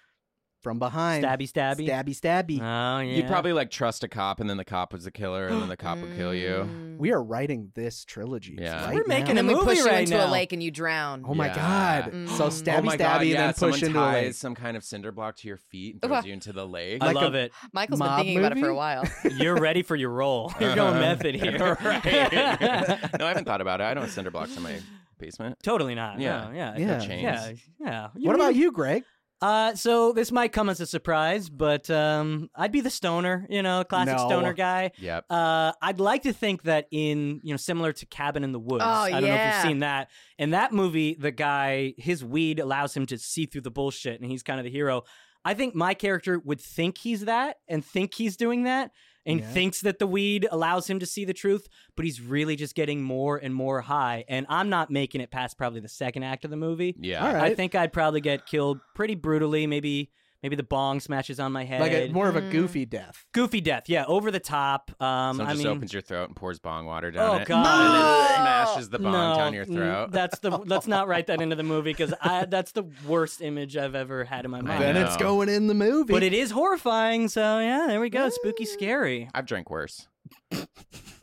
[SPEAKER 1] from behind,
[SPEAKER 3] Stabby, stabby.
[SPEAKER 1] stabby, stabby.
[SPEAKER 2] Uh,
[SPEAKER 3] Oh yeah.
[SPEAKER 2] You'd probably like trust a cop, and then the cop was the killer, and then the cop would kill you.
[SPEAKER 4] Mm.
[SPEAKER 1] we are writing this trilogy.
[SPEAKER 2] Yeah.
[SPEAKER 1] right
[SPEAKER 3] We're making
[SPEAKER 4] And
[SPEAKER 1] now.
[SPEAKER 3] a
[SPEAKER 4] then we
[SPEAKER 3] movie
[SPEAKER 4] push you
[SPEAKER 3] right
[SPEAKER 4] into a
[SPEAKER 3] now.
[SPEAKER 4] lake and you drown.
[SPEAKER 1] Oh my
[SPEAKER 2] Yeah.
[SPEAKER 1] god!
[SPEAKER 4] Mm.
[SPEAKER 1] So stabby,
[SPEAKER 2] oh my
[SPEAKER 1] stabby,
[SPEAKER 2] god! Yeah,
[SPEAKER 1] and then
[SPEAKER 2] someone
[SPEAKER 1] push into
[SPEAKER 2] ties
[SPEAKER 1] a lake.
[SPEAKER 2] some kind of cinder block to your feet and
[SPEAKER 4] Ugh.
[SPEAKER 2] throws you into the lake.
[SPEAKER 3] I
[SPEAKER 1] like a-
[SPEAKER 3] love it.
[SPEAKER 4] Michael's been
[SPEAKER 1] Mob
[SPEAKER 4] thinking about it for
[SPEAKER 1] movie?
[SPEAKER 4] a while.
[SPEAKER 3] You're ready for your role. You're going method here.
[SPEAKER 2] Uh-huh. Right. no, I haven't thought about it. I don't have cinder blocks in my basement.
[SPEAKER 3] Totally not.
[SPEAKER 2] Yeah.
[SPEAKER 3] No, yeah.
[SPEAKER 1] Yeah.
[SPEAKER 2] No chains.
[SPEAKER 3] Yeah. Yeah.
[SPEAKER 1] What about you, Greg?
[SPEAKER 3] Uh, so this might come as a surprise, but um, I'd be the stoner, you know, classic
[SPEAKER 1] No.
[SPEAKER 3] stoner guy.
[SPEAKER 2] Yep.
[SPEAKER 3] Uh, I'd like to think that in you know similar to Cabin in the Woods.
[SPEAKER 4] Oh,
[SPEAKER 3] I don't know if
[SPEAKER 4] yeah.
[SPEAKER 3] you've seen that. In that movie, the guy his weed allows him to see through the bullshit, and he's kind of the hero. I think my character would think he's that and think he's doing that and
[SPEAKER 1] Yeah.
[SPEAKER 3] thinks that the weed allows him to see the truth, but he's really just getting more and more high. And I'm not making it past probably the second act of the movie.
[SPEAKER 2] Yeah.
[SPEAKER 1] All right.
[SPEAKER 3] I think I'd probably get killed pretty brutally. Maybe maybe the bong smashes on my head.
[SPEAKER 1] Like a, more of a
[SPEAKER 4] Mm.
[SPEAKER 1] goofy death.
[SPEAKER 3] goofy death. Yeah, over the top. Um,
[SPEAKER 2] Someone
[SPEAKER 3] I
[SPEAKER 2] just
[SPEAKER 3] mean,
[SPEAKER 2] opens your throat and pours bong water down
[SPEAKER 3] Oh,
[SPEAKER 2] it,
[SPEAKER 3] God.
[SPEAKER 2] and
[SPEAKER 4] No.
[SPEAKER 2] then smashes the bong
[SPEAKER 3] no,
[SPEAKER 2] down your
[SPEAKER 3] mm,
[SPEAKER 2] throat.
[SPEAKER 3] That's the let's not write that into the movie because that's the worst image I've ever had in my mind.
[SPEAKER 1] Then
[SPEAKER 2] know.
[SPEAKER 1] it's going in the movie.
[SPEAKER 3] But it is horrifying. So yeah, there we go. Spooky, scary.
[SPEAKER 2] I've drank worse.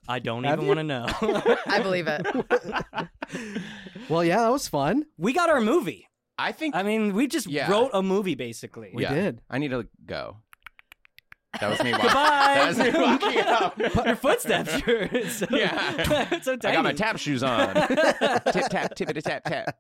[SPEAKER 3] I don't
[SPEAKER 1] Have
[SPEAKER 3] even
[SPEAKER 1] you?
[SPEAKER 3] want to know.
[SPEAKER 4] I believe it.
[SPEAKER 1] well, yeah, that was fun.
[SPEAKER 3] we got our movie.
[SPEAKER 2] I think
[SPEAKER 3] I mean, we just
[SPEAKER 2] Yeah.
[SPEAKER 3] wrote a movie basically.
[SPEAKER 1] We
[SPEAKER 2] Yeah.
[SPEAKER 1] did.
[SPEAKER 2] I need to go. That was me. Walking. That was me walking
[SPEAKER 3] Goodbye.
[SPEAKER 2] out.
[SPEAKER 3] Your footsteps. Are, it's so,
[SPEAKER 2] Yeah.
[SPEAKER 3] it's so
[SPEAKER 2] I
[SPEAKER 3] tiny.
[SPEAKER 2] got my tap shoes on. tip tap, tippity tap tap.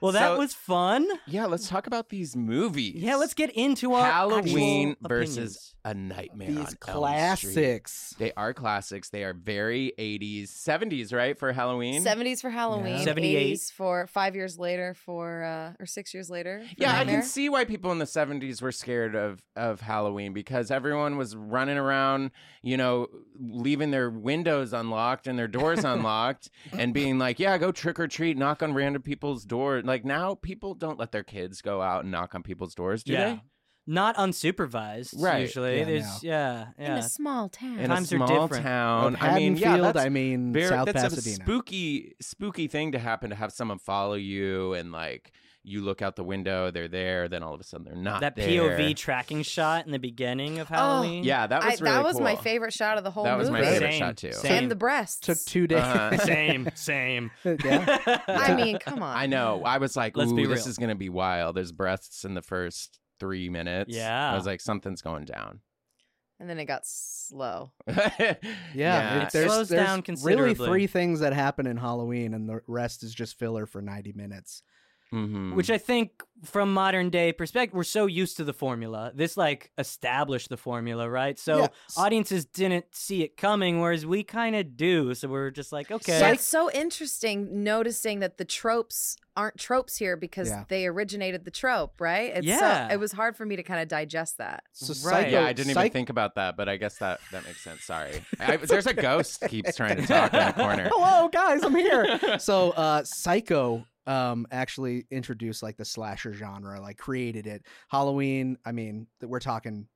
[SPEAKER 3] Well, that
[SPEAKER 2] So-
[SPEAKER 3] was fun.
[SPEAKER 2] Yeah, let's talk about these movies.
[SPEAKER 3] Yeah, let's get into our
[SPEAKER 2] Halloween
[SPEAKER 3] actual
[SPEAKER 2] versus
[SPEAKER 3] opinions.
[SPEAKER 2] A Nightmare on Elm
[SPEAKER 1] These
[SPEAKER 2] Street.
[SPEAKER 1] classics.
[SPEAKER 2] They are classics. They are very 80s, 70s, right? For Halloween.
[SPEAKER 4] 70s for Halloween,
[SPEAKER 3] 78.
[SPEAKER 4] 80s for five years later for, uh, or six years later. for
[SPEAKER 2] Yeah, I
[SPEAKER 4] Nightmare.
[SPEAKER 2] can see why people in the 70s were scared of, of Halloween because everyone was running around, you know, leaving their windows unlocked and their doors unlocked and being like, yeah, go trick or treat, knock on random people's doors. Like now people don't let their kids go out and knock on people's doors, do
[SPEAKER 3] yeah.
[SPEAKER 2] they?
[SPEAKER 3] Not unsupervised.
[SPEAKER 2] Right.
[SPEAKER 3] Usually,
[SPEAKER 1] Yeah,
[SPEAKER 3] there's
[SPEAKER 1] no.
[SPEAKER 3] yeah,
[SPEAKER 4] In a
[SPEAKER 3] yeah.
[SPEAKER 4] small town.
[SPEAKER 2] In
[SPEAKER 3] Times
[SPEAKER 2] a
[SPEAKER 3] are
[SPEAKER 2] small
[SPEAKER 3] different.
[SPEAKER 2] town.
[SPEAKER 1] Of
[SPEAKER 2] I mean, yeah,
[SPEAKER 1] Haddonfield,
[SPEAKER 2] that's
[SPEAKER 1] I mean,
[SPEAKER 2] very-
[SPEAKER 1] South
[SPEAKER 2] that's a
[SPEAKER 1] Pasadena.
[SPEAKER 2] spooky, spooky thing to happen to have someone follow you and like you look out the window, they're there, then all of a sudden they're not
[SPEAKER 3] that
[SPEAKER 2] there.
[SPEAKER 3] POV tracking shot in the beginning
[SPEAKER 4] Oh.
[SPEAKER 3] of Halloween.
[SPEAKER 2] Yeah, that
[SPEAKER 4] I-
[SPEAKER 2] was really
[SPEAKER 4] that was my
[SPEAKER 2] cool.
[SPEAKER 4] favorite shot of the whole
[SPEAKER 2] That was
[SPEAKER 4] movie.
[SPEAKER 2] my favorite
[SPEAKER 3] Same,
[SPEAKER 2] shot too.
[SPEAKER 3] same.
[SPEAKER 4] And the breasts.
[SPEAKER 1] Took two days.
[SPEAKER 2] Uh-huh.
[SPEAKER 3] same, same.
[SPEAKER 1] yeah.
[SPEAKER 4] I mean, come on.
[SPEAKER 2] I know. I was like,
[SPEAKER 3] Let's be
[SPEAKER 2] "Ooh, this
[SPEAKER 3] real.
[SPEAKER 2] is gonna be wild." There's breasts in the first three minutes.
[SPEAKER 3] Yeah.
[SPEAKER 2] I was like, something's going down.
[SPEAKER 4] And then it got slow.
[SPEAKER 2] yeah.
[SPEAKER 1] Yeah,
[SPEAKER 3] It slows down
[SPEAKER 1] really
[SPEAKER 3] considerably.
[SPEAKER 1] three things that happen in Halloween, and the rest is just filler for ninety minutes. Hmm.
[SPEAKER 2] Mhm.
[SPEAKER 3] Which I think, from modern day perspective, we're so used to the formula. This like established the formula, right? So
[SPEAKER 1] Yeah.
[SPEAKER 3] audiences didn't see it coming, whereas we kind of do. So we're just like, okay,
[SPEAKER 4] Yeah, it's so interesting noticing that the tropes aren't tropes here because
[SPEAKER 1] Yeah.
[SPEAKER 4] they originated the trope, right? It's so-
[SPEAKER 3] Yeah.
[SPEAKER 4] it was hard for me to kind of digest that.
[SPEAKER 1] So
[SPEAKER 3] Right.
[SPEAKER 1] psycho,
[SPEAKER 2] yeah, I didn't even
[SPEAKER 1] Psych-
[SPEAKER 2] think about that, but I guess that that makes sense. Sorry. I, there's a ghost keeps trying to talk in the corner.
[SPEAKER 1] Hello, guys, I'm here. so, uh, Psycho um actually introduced like the slasher genre, like created it. Halloween, I mean, th- we're talking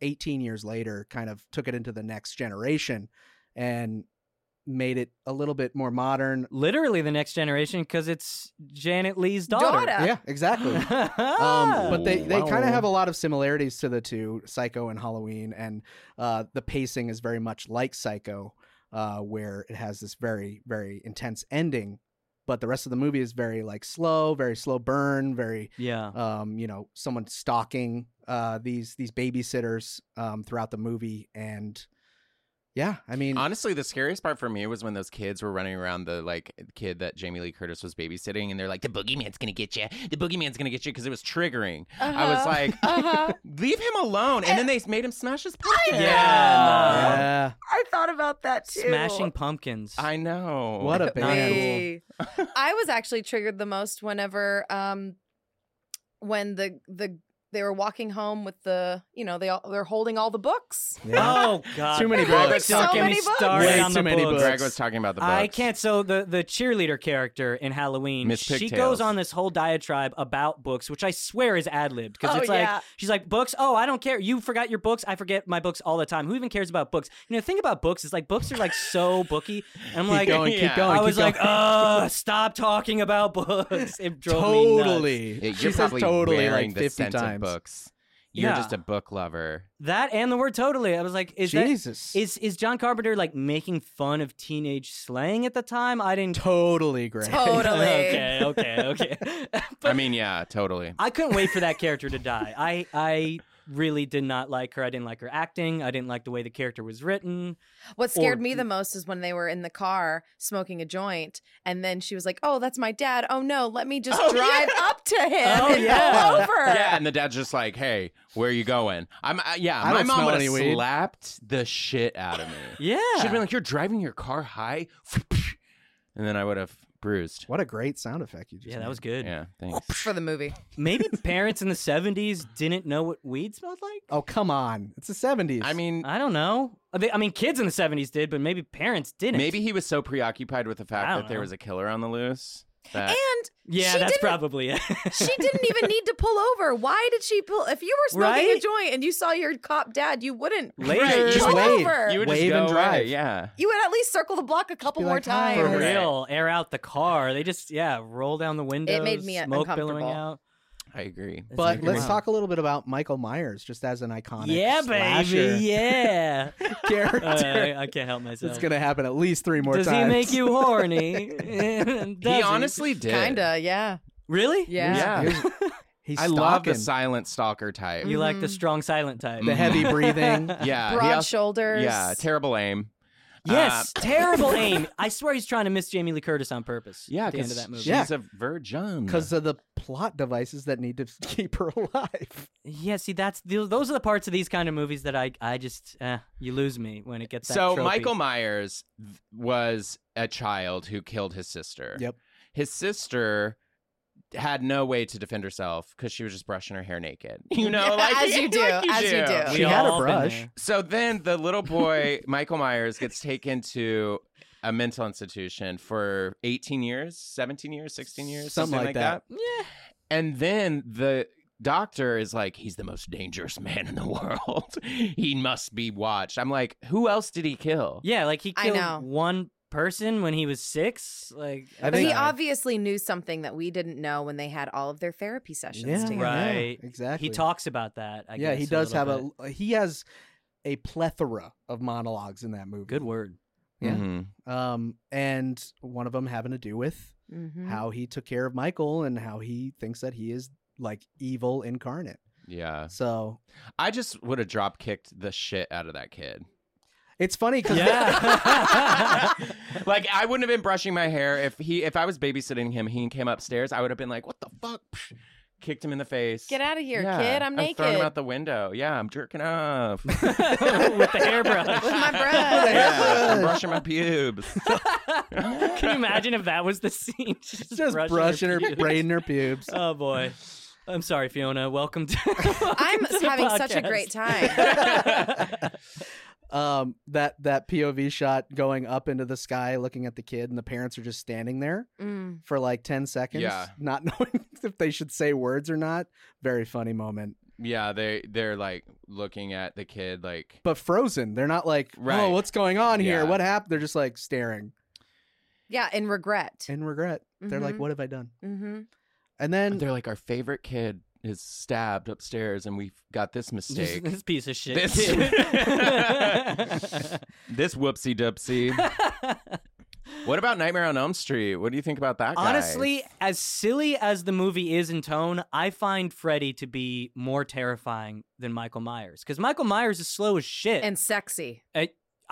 [SPEAKER 1] 18 years later, kind of took it into the next generation and made it a little bit more modern.
[SPEAKER 3] literally the next generation because it's Janet Lee's
[SPEAKER 4] Daughter.
[SPEAKER 3] daughter.
[SPEAKER 1] Yeah, exactly.
[SPEAKER 3] Oh.
[SPEAKER 1] Um, but they, they kind of
[SPEAKER 2] Wow.
[SPEAKER 1] have a lot of similarities to the two, Psycho and Halloween, and uh, the pacing is very much like Psycho, uh, where it has this very very intense ending, but the rest of the movie is very like slow, very slow burn, very
[SPEAKER 3] yeah.
[SPEAKER 1] um, you know someone stalking uh, these these babysitters um, throughout the movie, and yeah, I mean,
[SPEAKER 2] Honestly, the scariest part for me was when those kids were running around the like kid that Jamie Lee Curtis was babysitting, and they're like, "The boogeyman's gonna get you! The boogeyman's gonna get you!" Because it was triggering. I was
[SPEAKER 4] Uh-huh.
[SPEAKER 2] like,
[SPEAKER 4] Uh-huh.
[SPEAKER 2] "Leave him alone!" And then they made him smash his
[SPEAKER 1] uh,
[SPEAKER 2] pocket.
[SPEAKER 3] Yeah,
[SPEAKER 1] yeah,
[SPEAKER 4] I thought about that too.
[SPEAKER 3] Smashing pumpkins.
[SPEAKER 2] I know.
[SPEAKER 1] what a
[SPEAKER 3] Not
[SPEAKER 1] band.
[SPEAKER 3] cool.
[SPEAKER 4] Hey. I was actually triggered the most whenever um when the the they were walking home with the you know they all they're holding all the books.
[SPEAKER 1] Yeah.
[SPEAKER 3] Oh God!
[SPEAKER 1] Too many
[SPEAKER 3] Don't
[SPEAKER 1] books.
[SPEAKER 3] get
[SPEAKER 4] So
[SPEAKER 3] me
[SPEAKER 4] many books.
[SPEAKER 3] started
[SPEAKER 1] Way
[SPEAKER 3] on
[SPEAKER 1] too
[SPEAKER 3] the
[SPEAKER 1] many
[SPEAKER 3] books.
[SPEAKER 2] Greg was talking about the books.
[SPEAKER 3] I can't. So the the cheerleader character in Halloween,
[SPEAKER 2] Miss
[SPEAKER 3] she
[SPEAKER 2] Pigtails.
[SPEAKER 3] goes on this whole diatribe about books, which I swear is ad libbed because
[SPEAKER 4] Oh,
[SPEAKER 3] it's like
[SPEAKER 4] yeah.
[SPEAKER 3] she's like books. Oh, I don't care. You forgot your books. I forget my books all the time. Who even cares about books? You know, the thing about books is like books are like so booky. And I'm like,
[SPEAKER 1] keep going,
[SPEAKER 2] yeah.
[SPEAKER 1] keep going.
[SPEAKER 3] I was
[SPEAKER 1] keep
[SPEAKER 3] like,
[SPEAKER 1] going.
[SPEAKER 3] uh, stop talking about books. It drove me nuts.
[SPEAKER 1] totally.
[SPEAKER 2] You're
[SPEAKER 1] she says
[SPEAKER 2] probably
[SPEAKER 1] totally
[SPEAKER 2] wearing
[SPEAKER 1] like
[SPEAKER 2] the
[SPEAKER 1] 50
[SPEAKER 2] scent of
[SPEAKER 1] times.
[SPEAKER 2] books. You're
[SPEAKER 3] Yeah.
[SPEAKER 2] just a book lover.
[SPEAKER 3] That and the word totally. I was like, is that
[SPEAKER 1] Jesus.
[SPEAKER 3] is is John Carpenter like making fun of teenage slang at the time? I didn't
[SPEAKER 1] Totally great.
[SPEAKER 4] Totally.
[SPEAKER 3] okay, okay, okay. but
[SPEAKER 2] I mean, yeah, totally.
[SPEAKER 3] I couldn't wait for that character to die. I I really did not like her. I didn't like her acting. I didn't like the way the character was written.
[SPEAKER 4] What scared
[SPEAKER 3] Or-
[SPEAKER 4] me the most is when they were in the car smoking a joint, and then she was like, "Oh, that's my dad. Oh no, let me just drive up to him
[SPEAKER 3] Oh,
[SPEAKER 4] and
[SPEAKER 3] yeah.
[SPEAKER 4] pull over."
[SPEAKER 2] Yeah, and the dad's just like, "Hey, where are you going?" I'm uh, yeah.
[SPEAKER 1] I
[SPEAKER 2] my
[SPEAKER 1] don't
[SPEAKER 2] mom
[SPEAKER 1] smell
[SPEAKER 2] would
[SPEAKER 1] any
[SPEAKER 2] have
[SPEAKER 1] weed.
[SPEAKER 2] slapped the shit out of me.
[SPEAKER 3] Yeah.
[SPEAKER 2] She'd been like, "You're driving your car high," and then I would have bruised.
[SPEAKER 1] What a great sound effect you just
[SPEAKER 3] yeah,
[SPEAKER 1] made.
[SPEAKER 3] that was good.
[SPEAKER 2] Yeah, thanks.
[SPEAKER 4] For the movie,
[SPEAKER 3] Maybe parents in the 70s didn't know what weed smelled like?
[SPEAKER 1] Oh come on! It's the seventies.
[SPEAKER 2] I mean,
[SPEAKER 3] I don't know. I thi- I mean, kids in the 70s did, but maybe parents didn't.
[SPEAKER 2] maybe he was so preoccupied with the
[SPEAKER 3] I
[SPEAKER 2] fact
[SPEAKER 3] don't
[SPEAKER 2] that there
[SPEAKER 3] know.
[SPEAKER 2] was a killer on the loose that
[SPEAKER 4] and
[SPEAKER 3] Yeah,
[SPEAKER 4] She
[SPEAKER 3] that's
[SPEAKER 4] didn't-
[SPEAKER 3] probably it.
[SPEAKER 4] she didn't even need to pull over. Why did she pull? If you were smoking a
[SPEAKER 3] Right?
[SPEAKER 4] joint and you saw your cop dad, you wouldn't
[SPEAKER 3] Later.
[SPEAKER 2] Right, you
[SPEAKER 4] pull
[SPEAKER 1] just wave.
[SPEAKER 4] over.
[SPEAKER 2] you would
[SPEAKER 1] Wave
[SPEAKER 2] just go
[SPEAKER 1] and drive.
[SPEAKER 2] away, Yeah,
[SPEAKER 4] You would at least circle the block a couple
[SPEAKER 1] be
[SPEAKER 4] more
[SPEAKER 1] like, "Hi."
[SPEAKER 4] times.
[SPEAKER 2] Right.
[SPEAKER 3] For real, air out the car. They just yeah, roll down the windows.
[SPEAKER 4] me
[SPEAKER 3] smoke billowing
[SPEAKER 4] uncomfortable.
[SPEAKER 3] out.
[SPEAKER 2] I agree.
[SPEAKER 3] It's
[SPEAKER 1] but
[SPEAKER 3] making
[SPEAKER 1] let's
[SPEAKER 3] me-
[SPEAKER 1] talk a little bit about Michael Myers, just as an iconic
[SPEAKER 3] Yeah,
[SPEAKER 1] slasher
[SPEAKER 3] baby. Yeah.
[SPEAKER 1] character.
[SPEAKER 3] Uh, I, I can't help myself.
[SPEAKER 1] it's gonna happen at least three more
[SPEAKER 3] Does
[SPEAKER 1] times.
[SPEAKER 3] he make you horny? Does
[SPEAKER 2] he honestly did.
[SPEAKER 4] Kinda, yeah,
[SPEAKER 3] really?
[SPEAKER 4] yeah.
[SPEAKER 2] Yeah,
[SPEAKER 1] He's
[SPEAKER 2] I love
[SPEAKER 1] stalking.
[SPEAKER 2] the silent stalker type.
[SPEAKER 3] You like the strong silent type.
[SPEAKER 1] the heavy breathing.
[SPEAKER 2] yeah, he
[SPEAKER 4] Broad
[SPEAKER 2] also-
[SPEAKER 4] shoulders.
[SPEAKER 2] Yeah, terrible aim.
[SPEAKER 3] Mm. Yes, terrible aim. I swear he's trying to miss Jamie Lee Curtis on purpose.
[SPEAKER 2] Yeah,
[SPEAKER 3] at the end of
[SPEAKER 2] 'cause
[SPEAKER 3] that movie.
[SPEAKER 1] Yeah.
[SPEAKER 2] She's a virgin.
[SPEAKER 1] Because of the plot devices that need to keep her alive.
[SPEAKER 3] Yeah, see, that's th- those are the parts of these kind of movies that I, I just uh, you lose me when it gets that.
[SPEAKER 2] so
[SPEAKER 3] tropey.
[SPEAKER 2] Michael Myers th- was a child who killed his sister.
[SPEAKER 1] Yep.
[SPEAKER 2] His sister had no way to defend herself because she was just brushing her hair naked. You know, like
[SPEAKER 4] As you do,
[SPEAKER 2] like
[SPEAKER 4] as you do.
[SPEAKER 3] We
[SPEAKER 1] She had a
[SPEAKER 3] all been
[SPEAKER 1] brush.
[SPEAKER 3] there.
[SPEAKER 2] So then the little boy Michael Myers gets taken to a mental institution for 18 years, 17 years, 16 years,
[SPEAKER 1] Something like
[SPEAKER 2] something, like, that. Yeah. And then the doctor is like, he's the most dangerous man in the world. he must be watched. I'm like, who else did he kill?
[SPEAKER 3] Yeah, like he
[SPEAKER 4] I
[SPEAKER 3] killed
[SPEAKER 4] know.
[SPEAKER 3] one person when he was six. Like
[SPEAKER 1] I
[SPEAKER 4] But
[SPEAKER 1] think-
[SPEAKER 4] he obviously knew something that we didn't know when they had all of their therapy sessions
[SPEAKER 1] Yeah,
[SPEAKER 4] together.
[SPEAKER 3] Right.
[SPEAKER 1] yeah, exactly.
[SPEAKER 3] he talks about that. I
[SPEAKER 1] yeah,
[SPEAKER 3] guess,
[SPEAKER 1] he
[SPEAKER 3] a
[SPEAKER 1] does have
[SPEAKER 3] little
[SPEAKER 1] a. He has a plethora of monologues in that movie.
[SPEAKER 3] bit. good word.
[SPEAKER 1] Yeah.
[SPEAKER 2] Mhm.
[SPEAKER 1] Um, and one of them having to do with
[SPEAKER 4] Mhm.
[SPEAKER 3] Mm-hmm.
[SPEAKER 1] how he took care of Michael and how he thinks that he is like evil incarnate.
[SPEAKER 2] Yeah.
[SPEAKER 1] So
[SPEAKER 2] I just would have drop kicked the shit out of that kid.
[SPEAKER 1] it's funny because
[SPEAKER 3] Yeah.
[SPEAKER 2] like I wouldn't have been brushing my hair if he if I was babysitting him, he came upstairs, I would have been like, What the fuck? Psh, Kicked him in the face.
[SPEAKER 4] Get out of here,
[SPEAKER 2] Yeah,
[SPEAKER 4] kid. I'm naked.
[SPEAKER 2] throwing him out the window. Yeah, I'm jerking off.
[SPEAKER 3] With the hairbrush.
[SPEAKER 4] with
[SPEAKER 1] Yeah.
[SPEAKER 4] my breath.
[SPEAKER 2] Yeah, I'm brushing my pubes.
[SPEAKER 3] Can you imagine if that was the scene? She's Just,
[SPEAKER 1] just brushing her,
[SPEAKER 3] pubes.
[SPEAKER 1] braiding her pubes.
[SPEAKER 3] Oh boy. I'm sorry, Fiona. Welcome to.
[SPEAKER 4] I'm
[SPEAKER 3] welcome to the
[SPEAKER 4] having such a
[SPEAKER 3] podcast.
[SPEAKER 4] great time.
[SPEAKER 1] Um, that that POV shot going up into the sky, looking at the kid, and the parents are just standing there
[SPEAKER 4] Mm.
[SPEAKER 1] for like ten seconds,
[SPEAKER 2] Yeah.
[SPEAKER 1] not knowing if they should say words or not. Very funny moment.
[SPEAKER 2] yeah, they they're like looking at the kid like
[SPEAKER 1] But frozen, they're not like,
[SPEAKER 2] Right.
[SPEAKER 1] "Oh, what's going on here?
[SPEAKER 2] Yeah.
[SPEAKER 1] What happened?" They're just like staring
[SPEAKER 4] Yeah, in regret.
[SPEAKER 1] in regret. They're like,
[SPEAKER 3] Mm-hmm.
[SPEAKER 1] "What have I done?"
[SPEAKER 4] hmm
[SPEAKER 1] And then
[SPEAKER 2] they're like our favorite kid is stabbed upstairs and we've got this
[SPEAKER 3] This,
[SPEAKER 2] mistake.
[SPEAKER 3] this piece of shit.
[SPEAKER 2] This- this whoopsie doopsie. what about Nightmare on Elm Street? What do you think about that? guys?
[SPEAKER 3] Honestly, as silly as the movie is in tone, I find Freddy to be more terrifying than Michael Myers because Michael Myers is slow as shit.
[SPEAKER 4] And sexy.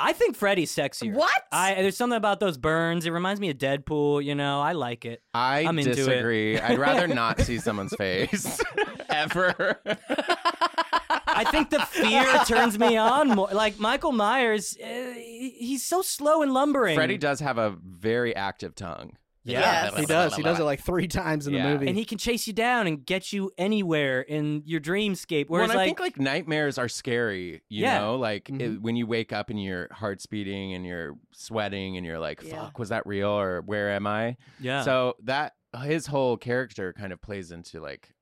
[SPEAKER 3] I think Freddy's sexier.
[SPEAKER 4] What?
[SPEAKER 3] I there's something about those burns. It reminds me of Deadpool. You know, I like it.
[SPEAKER 2] I
[SPEAKER 3] I'm into it.
[SPEAKER 2] disagree. I'd rather not see someone's face ever.
[SPEAKER 3] I think the fear turns me on more. Like Michael Myers, uh, he- he's so slow and lumbering.
[SPEAKER 2] Freddy does have a very active tongue.
[SPEAKER 4] Yes.
[SPEAKER 1] he does. He does it like three times in the
[SPEAKER 2] Yeah.
[SPEAKER 1] movie.
[SPEAKER 3] and he can chase you down and get you anywhere in your dreamscape. Whereas,
[SPEAKER 2] well, and I
[SPEAKER 3] like,
[SPEAKER 2] think like nightmares are scary, you
[SPEAKER 3] Yeah. Mm-hmm.
[SPEAKER 2] know, like
[SPEAKER 1] Mhm.
[SPEAKER 2] it- when you wake up and your heart's beating and you're sweating and you're like,
[SPEAKER 4] Yeah.
[SPEAKER 2] "Fuck, was that real or where am I?"
[SPEAKER 3] yeah,
[SPEAKER 2] So that his whole character kind of plays into like